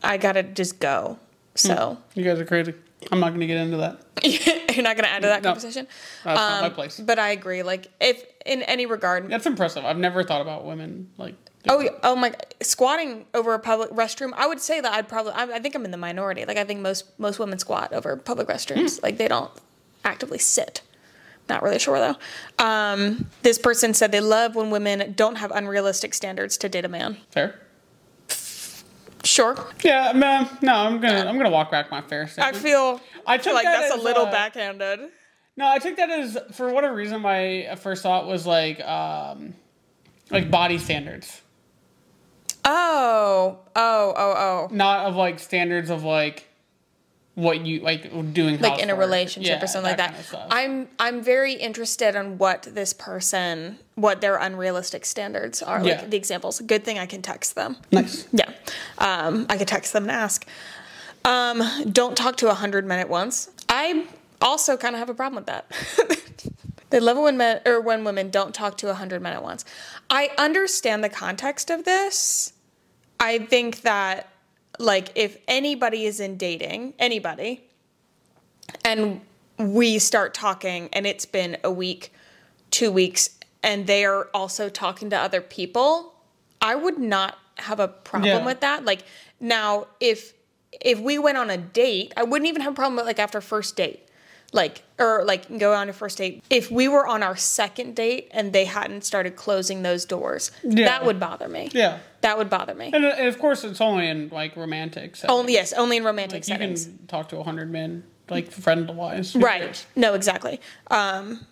Speaker 1: I gotta just go. So
Speaker 2: You guys are crazy. I'm not going to get into that.
Speaker 1: you're not gonna add to that
Speaker 2: No.
Speaker 1: conversation.
Speaker 2: That's not
Speaker 1: Um,
Speaker 2: my place.
Speaker 1: But I agree. Like if in any regard.
Speaker 2: That's impressive. I've never thought about women like.
Speaker 1: Oh, yeah. oh my! Squatting over a public restroom. I would say that I'd probably. I, I think I'm in the minority. Like I think most most women squat over public
Speaker 2: Mm.
Speaker 1: restrooms. Like they don't actively sit. Not really sure though. Um, this person said they love when women don't have unrealistic standards to date a man.
Speaker 2: Fair.
Speaker 1: Sure.
Speaker 2: Yeah, man. No, I'm gonna I'm gonna walk back my fair
Speaker 1: I
Speaker 2: statement.
Speaker 1: feel
Speaker 2: Mm-hmm. I
Speaker 1: I
Speaker 2: took
Speaker 1: feel like
Speaker 2: that
Speaker 1: that's
Speaker 2: as,
Speaker 1: a little
Speaker 2: uh,
Speaker 1: backhanded.
Speaker 2: No, I took that as for whatever reason. My first thought was like, um, like body standards,
Speaker 1: Oh, oh, oh, oh.
Speaker 2: not of like standards of like what you like doing
Speaker 1: Like in a
Speaker 2: housework.
Speaker 1: relationship
Speaker 2: Yeah,
Speaker 1: or something like that.
Speaker 2: kind of stuff.
Speaker 1: I'm I'm very interested in what this person what their unrealistic standards are.
Speaker 2: Yeah.
Speaker 1: Like the examples. Good thing I can text them.
Speaker 2: nice.
Speaker 1: Yeah. Um, I could text them and ask. Um, don't talk to a hundred men at once. I also kind of have a problem with that. they love it when men or when women don't talk to a hundred men at once. I understand the context of this. I think that like if anybody is in dating, anybody, and we start talking and it's been a week, two weeks, and they are also talking to other people, I would not have a problem
Speaker 2: Yeah.
Speaker 1: with that. Like now if if we went on a date, I wouldn't even have a problem with like after first date. Like or like go on a first date. If we were on our second date and they hadn't started closing those doors,
Speaker 2: Yeah.
Speaker 1: that would bother me.
Speaker 2: Yeah,
Speaker 1: That would bother me.
Speaker 2: and, uh, and of course it's only in like romantic. settings.
Speaker 1: Only yes, only in romantic
Speaker 2: like, you
Speaker 1: settings.
Speaker 2: can talk to hundred men like friend wise.
Speaker 1: Right. No, exactly. Um,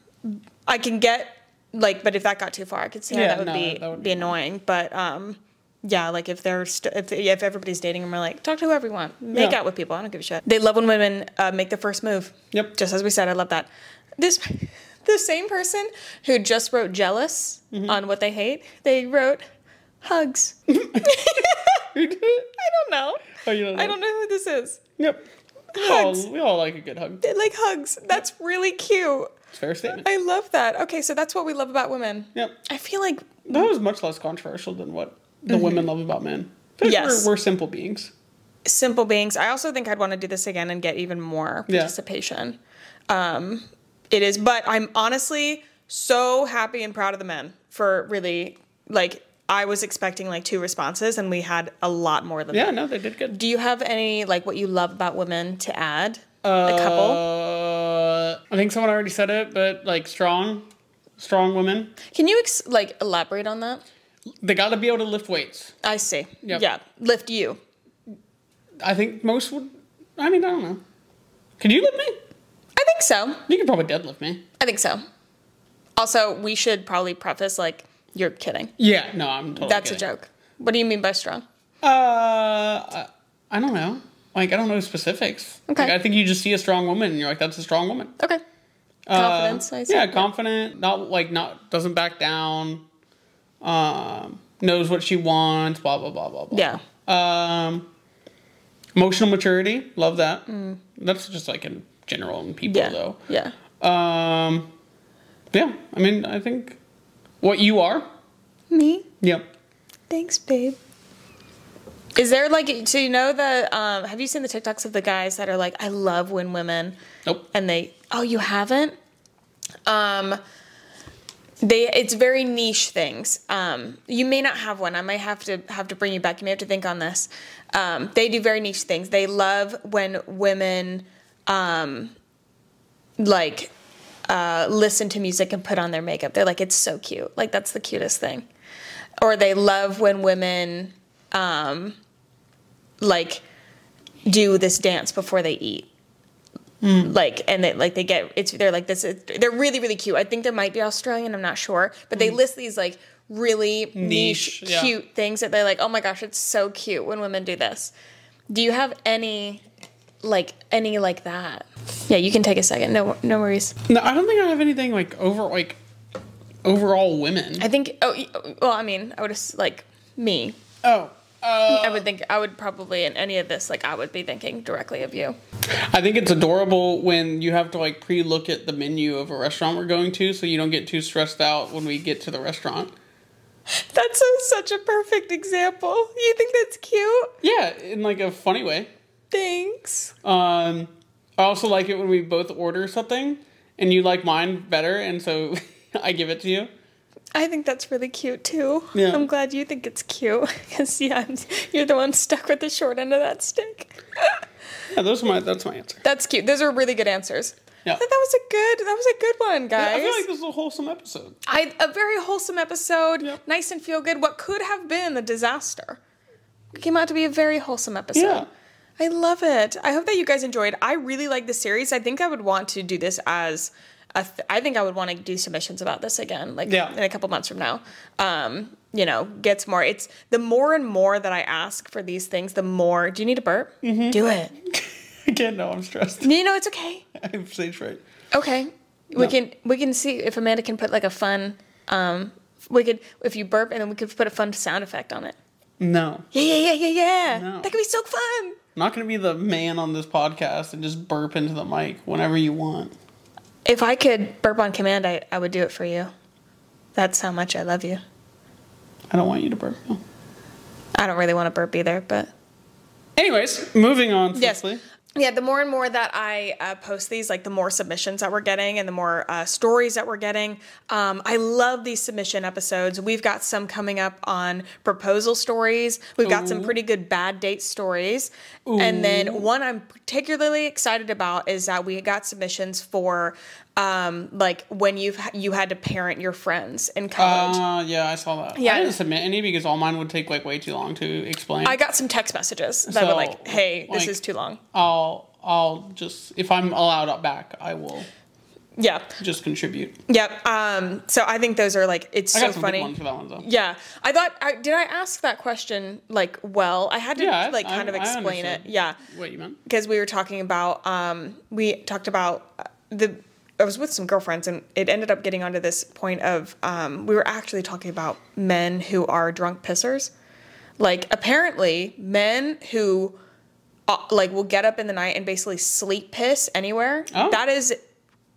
Speaker 1: I can get like, but if that got too far, I could see how
Speaker 2: Yeah,
Speaker 1: that would
Speaker 2: no,
Speaker 1: be
Speaker 2: that would
Speaker 1: be
Speaker 2: be-
Speaker 1: annoying. But um, yeah, like if they're st- if if everybody's dating and we're like, talk to whoever you want, make
Speaker 2: Yeah.
Speaker 1: out with people. I don't give a shit. They love when women uh, make the first move.
Speaker 2: Yep.
Speaker 1: Just as we said, I love that. This the same person who just wrote jealous
Speaker 2: Mm-hmm.
Speaker 1: on what they hate. They wrote hugs. I don't know.
Speaker 2: Oh, you don't Oh, know.
Speaker 1: I don't know who this is.
Speaker 2: Yep. We
Speaker 1: Hugs.
Speaker 2: all, we all like a good hug.
Speaker 1: They like hugs. That's really cute.
Speaker 2: It's a fair statement.
Speaker 1: I love that. Okay, so that's what we love about women.
Speaker 2: Yep.
Speaker 1: I feel like
Speaker 2: That was much less controversial than what the women love about men. Because
Speaker 1: Mm-hmm. Yes.
Speaker 2: we're, we're simple beings.
Speaker 1: simple beings. I also think I'd want to do this again and get even more
Speaker 2: Yeah.
Speaker 1: participation. Um, it is, but I'm honestly so happy and proud of the men for really like I was expecting like two responses and we had a lot more than
Speaker 2: Yeah,
Speaker 1: that.
Speaker 2: no, they did good.
Speaker 1: Do you have any like what you love about women to add? a couple.
Speaker 2: Uh, I think someone already said it, but like strong, strong women,
Speaker 1: Can you ex- like elaborate on that?
Speaker 2: they got to be able to lift weights.
Speaker 1: I see.
Speaker 2: Yep.
Speaker 1: Yeah. Lift you.
Speaker 2: I think most would. I mean, I don't know. Can you lift me?
Speaker 1: I think so.
Speaker 2: You could probably deadlift me.
Speaker 1: I think so. Also, we should probably preface like you're kidding.
Speaker 2: Yeah, no, I'm totally.
Speaker 1: That's
Speaker 2: kidding.
Speaker 1: a joke. What do you mean by strong?
Speaker 2: Uh, I, I don't know. Like, I don't know specifics.
Speaker 1: Okay.
Speaker 2: Like, I think you just see a strong woman and you're like, that's a strong woman.
Speaker 1: Okay. Confidence,
Speaker 2: Uh,
Speaker 1: I see.
Speaker 2: yeah, confident. Not like not doesn't back down. Um, knows what she wants. Blah blah blah blah blah.
Speaker 1: Yeah.
Speaker 2: Um, emotional maturity. Love that. That's just like in general in people
Speaker 1: Mm. Yeah.
Speaker 2: though.
Speaker 1: Yeah.
Speaker 2: Um, yeah. I mean, I think what you are.
Speaker 1: Me?
Speaker 2: Yep.
Speaker 1: Thanks, babe. Is there like so you know the um have you seen the TikToks of the guys that are like, I love when women
Speaker 2: Nope.
Speaker 1: and they oh you haven't? Um they it's very niche things. Um you may not have one. I might have to have to bring you back. You may have to think on this. Um they do very niche things. They love when women um like uh listen to music and put on their makeup. They're like it's so cute. Like that's the cutest thing. Or they love when women um like do this dance before they eat
Speaker 2: Mm.
Speaker 1: like and they like they get it's they're like this is they're really really cute i think they might be australian i'm not sure but they list these like really niche,
Speaker 2: Mm. Niche, yeah.
Speaker 1: cute things that they're like oh my gosh it's so cute when women do this do you have any like any like that yeah you can take a second no no worries
Speaker 2: No, I don't think I have anything like over like overall women.
Speaker 1: i think oh y- well i mean i would have like me
Speaker 2: oh. Uh,
Speaker 1: i would think i would probably in any of this like i would be thinking directly of you
Speaker 2: I think it's adorable when you have to like pre look at the menu of a restaurant we're going to so you don't get too stressed out when we get to the restaurant.
Speaker 1: that's a, such a perfect example you think that's cute
Speaker 2: Yeah, in like a funny way.
Speaker 1: thanks
Speaker 2: Um, I also like it when we both order something and you like mine better, and so I give it to you.
Speaker 1: I think that's really cute too.
Speaker 2: Yeah.
Speaker 1: I'm glad you think it's cute because yeah, I'm- you're the one stuck with the short end of that stick.
Speaker 2: Yeah, those are my that's my answer.
Speaker 1: That's cute. Those are really good answers.
Speaker 2: Yeah.
Speaker 1: I thought that was a good. That was a good one,
Speaker 2: I
Speaker 1: guys.
Speaker 2: feel like this is a wholesome episode.
Speaker 1: I, a very wholesome episode.
Speaker 2: Yep.
Speaker 1: Nice and feel good. What could have been a disaster? came out to be a very wholesome episode.
Speaker 2: Yeah.
Speaker 1: I love it. I hope that you guys enjoyed. I really like the series. I think I would want to do this as a th- I think I would want to do submissions about this again, like
Speaker 2: Yeah.
Speaker 1: in a couple months from now. Um, you know, gets more. It's the more and more that I ask for these things, the more. Do you need a burp?
Speaker 2: Mm-hmm.
Speaker 1: Do it.
Speaker 2: Again, no, I'm stressed.
Speaker 1: You know, it's okay.
Speaker 2: I'm stage fright.
Speaker 1: Okay. We
Speaker 2: No.
Speaker 1: can we can see if Amanda can put like a fun um we could if you burp and then we could put a fun sound effect on it.
Speaker 2: No.
Speaker 1: Yeah, yeah, yeah, yeah, yeah.
Speaker 2: No.
Speaker 1: That could be so fun.
Speaker 2: I'm not going to be the man on this podcast and just burp into the mic whenever you want.
Speaker 1: If I could burp on command, I, I would do it for you. That's how much I love you.
Speaker 2: I don't want you to burp. No.
Speaker 1: I don't really want to burp either, but
Speaker 2: Anyways, moving on swiftly.
Speaker 1: Yeah, the more and more that I uh, post these, like the more submissions that we're getting and the more uh, stories that we're getting. Um, I love these submission episodes. We've got some coming up on proposal stories. We've got some
Speaker 2: Ooh.
Speaker 1: pretty good bad date stories. And then one I'm particularly excited about is that we got submissions for um, like when you've you had to parent your friends in college.
Speaker 2: Uh, yeah, I saw that.
Speaker 1: Yeah.
Speaker 2: I didn't submit any because all mine would take like way too long to explain.
Speaker 1: I got some text messages that were
Speaker 2: So,
Speaker 1: like, "Hey, this
Speaker 2: like-
Speaker 1: is too long."
Speaker 2: I'll I'll just if I'm allowed up back, I will
Speaker 1: Yeah,
Speaker 2: just contribute.
Speaker 1: yep. Um, so I think those are like, it's
Speaker 2: I
Speaker 1: so
Speaker 2: got some
Speaker 1: funny.
Speaker 2: good ones for that one though.
Speaker 1: Yeah, I thought. I, did I ask that question like well? I had to
Speaker 2: Yeah, I-
Speaker 1: like kind
Speaker 2: I-
Speaker 1: of
Speaker 2: I
Speaker 1: explain it.
Speaker 2: understood.
Speaker 1: Yeah,
Speaker 2: What you meant?
Speaker 1: because we were talking about um, we talked about uh, the. I was with some girlfriends, and it ended up getting onto this point of um, we were actually talking about men who are drunk pissers. Like apparently, men who uh, like will get up in the night and basically sleep piss anywhere.
Speaker 2: Oh.
Speaker 1: That is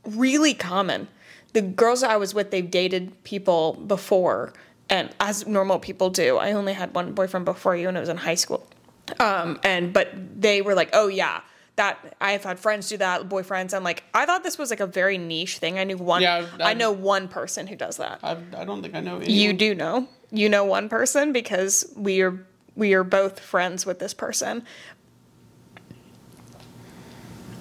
Speaker 1: really common. The girls that I was with, they've dated people before, and as normal people do. I only had one boyfriend before you, and it was in high school. Um, and but they were like, "Oh yeah, that I've had friends do that, boyfriends." I'm like, I thought this was like a very niche thing. I knew one.
Speaker 2: Yeah, I've-
Speaker 1: I
Speaker 2: I've-
Speaker 1: know one person who does that.
Speaker 2: I I don't think I know. Anyone.
Speaker 1: You do know. You know one person because we are we are both friends with this person.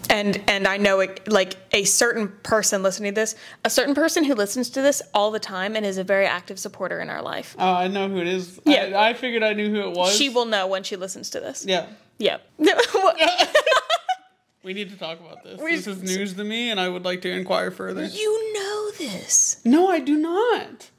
Speaker 1: And and I know it, like a certain person listening to this, a certain person who listens to this all the time and is a very active supporter in our life.
Speaker 2: Uh, I know who it is.
Speaker 1: Yeah.
Speaker 2: I, I figured I knew who it was.
Speaker 1: She will know when she listens to this.
Speaker 2: Yeah.
Speaker 1: Yeah. What-
Speaker 2: We need to talk about this.
Speaker 1: We-
Speaker 2: this is news to me, and I would like to inquire further.
Speaker 1: you know this.
Speaker 2: No, I do not.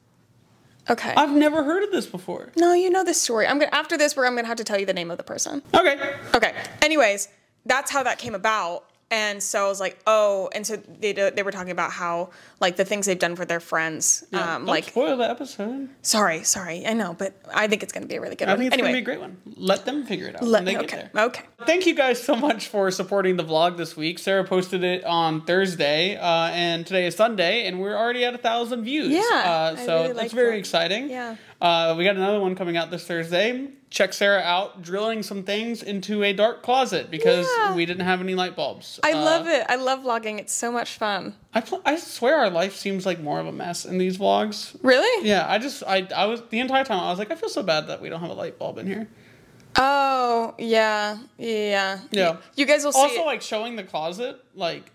Speaker 1: Okay.
Speaker 2: I've never heard of this before.
Speaker 1: no, you know this story. I'm gonna after this, we're I'm gonna have to tell you the name of the person.
Speaker 2: Okay.
Speaker 1: Okay. Anyways, that's how that came about. And so I was like, oh, and so they do- they were talking about how like the things they've done for their friends.
Speaker 2: Yeah,
Speaker 1: um,
Speaker 2: don't
Speaker 1: like,
Speaker 2: spoil the episode.
Speaker 1: sorry, sorry, I know, but I think it's gonna be a really good
Speaker 2: I
Speaker 1: one.
Speaker 2: think it's
Speaker 1: anyway,
Speaker 2: gonna be a great one. Let them figure it out.
Speaker 1: let-
Speaker 2: when they get
Speaker 1: okay,
Speaker 2: there.
Speaker 1: okay.
Speaker 2: Thank you guys so much for supporting the vlog this week. Sarah posted it on Thursday, uh, and today is Sunday, and we're already at a thousand views.
Speaker 1: Yeah,
Speaker 2: uh,
Speaker 1: I
Speaker 2: so
Speaker 1: really
Speaker 2: that's
Speaker 1: like
Speaker 2: very
Speaker 1: that.
Speaker 2: exciting.
Speaker 1: Yeah.
Speaker 2: uh, we got another one coming out this Thursday. Check Sarah out drilling some things into a dark closet because
Speaker 1: Yeah.
Speaker 2: we didn't have any light bulbs.
Speaker 1: I
Speaker 2: Uh,
Speaker 1: love it. I love vlogging. It's so much fun.
Speaker 2: I, pl- I swear our life seems like more of a mess in these vlogs.
Speaker 1: Really?
Speaker 2: Yeah, I just I I was the entire time I was like I feel so bad that we don't have a light bulb in here.
Speaker 1: Oh, yeah, yeah,
Speaker 2: Yeah.
Speaker 1: You guys will see.
Speaker 2: also
Speaker 1: it.
Speaker 2: like showing the closet like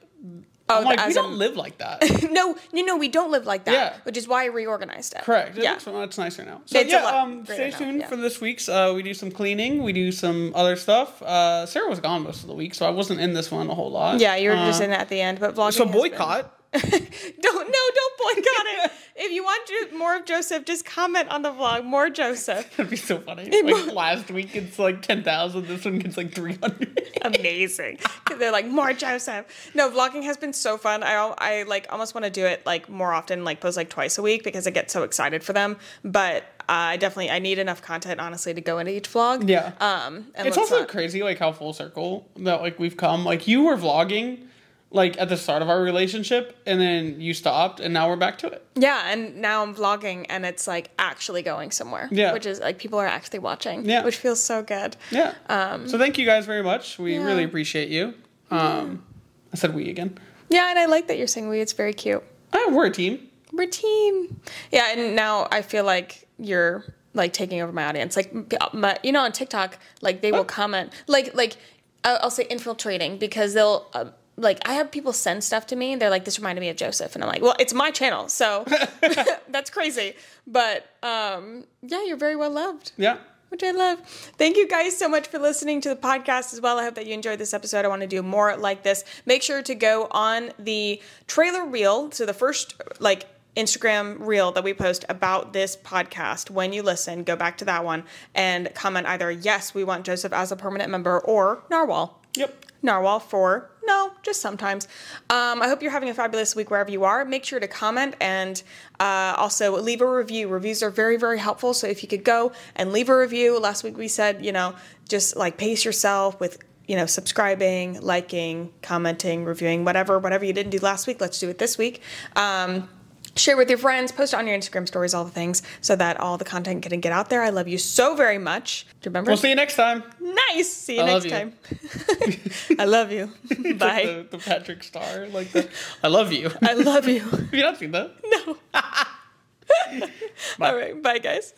Speaker 1: Oh,
Speaker 2: I'm like
Speaker 1: as
Speaker 2: we
Speaker 1: a-
Speaker 2: don't live like that
Speaker 1: no, no, no. We don't live like that.
Speaker 2: Yeah.
Speaker 1: Which is why I reorganized it.
Speaker 2: correct it
Speaker 1: Yeah.
Speaker 2: looks much nicer now so
Speaker 1: It's a
Speaker 2: yeah
Speaker 1: lot
Speaker 2: um
Speaker 1: greater
Speaker 2: stay
Speaker 1: now,
Speaker 2: tuned
Speaker 1: yeah.
Speaker 2: for this week's uh we do some cleaning we do some other stuff uh sarah was gone most of the week so i wasn't in this one a whole lot
Speaker 1: Yeah, you were
Speaker 2: Uh,
Speaker 1: just in it at the end, but vlogging.
Speaker 2: so
Speaker 1: has been-
Speaker 2: boycott
Speaker 1: don't no, don't boycott it. If you want to, more of Joseph, just comment on the vlog. More Joseph.
Speaker 2: that'd be so funny like last week it's like 10000 this one gets like 300
Speaker 1: Amazing. They're like more Joseph. No, vlogging has been so fun. I al- I like almost want to do it like more often, like post like twice a week because I get so excited for them. But uh, I definitely I need enough content honestly to go into each vlog.
Speaker 2: Yeah.
Speaker 1: Um. And
Speaker 2: it's
Speaker 1: let's
Speaker 2: also
Speaker 1: not-
Speaker 2: crazy like how full circle that like we've come like you were vlogging like at the start of our relationship and then you stopped and now we're back to it
Speaker 1: yeah. And now I'm vlogging, and it's like actually going somewhere.
Speaker 2: Yeah.
Speaker 1: Which is like people are actually watching.
Speaker 2: Yeah.
Speaker 1: Which feels so good.
Speaker 2: Yeah. so thank you guys very much. We
Speaker 1: Um, yeah.
Speaker 2: really appreciate you. Um, I said we again.
Speaker 1: Yeah, and I like that you're saying we. It's very cute.
Speaker 2: Ah, we're a team.
Speaker 1: we're team. Yeah, and now I feel like you're like taking over my audience. Like my, you know, on TikTok, like they will comment, like like I'll, I'll say infiltrating because they'll. Uh, like I have people send stuff to me and they're like, "This reminded me of Joseph," and I'm like, "Well, it's my channel, so that's crazy." But um, yeah, you're very well loved.
Speaker 2: Yeah.
Speaker 1: which I love. Thank you guys so much for listening to the podcast as well. I hope that you enjoyed this episode. I want to do more like this. Make sure to go on the trailer reel, so the first like Instagram reel that we post about this podcast. When you listen, go back to that one and comment either yes, we want Joseph as a permanent member, or Narwhal.
Speaker 2: Yep.
Speaker 1: Narwhal for no, just sometimes. Um, I hope you're having a fabulous week wherever you are. Make sure to comment and uh, also leave a review. Reviews are very, very helpful. So if you could go and leave a review, last week we said, you know, just like pace yourself with, you know, subscribing, liking, commenting, reviewing, whatever, whatever you didn't do last week, let's do it this week. Um, share with your friends, post it on your Instagram stories, all the things, so that all the content can get out there. I love you so very much. Do you remember?
Speaker 2: We'll see you next time.
Speaker 1: Nice. See you
Speaker 2: I
Speaker 1: next
Speaker 2: love you.
Speaker 1: time. I love you.
Speaker 2: It's
Speaker 1: Bye.
Speaker 2: Like the, the Patrick Star, like the I love you. Have
Speaker 1: I love you.
Speaker 2: you not seen that?
Speaker 1: No. All right. Bye, guys.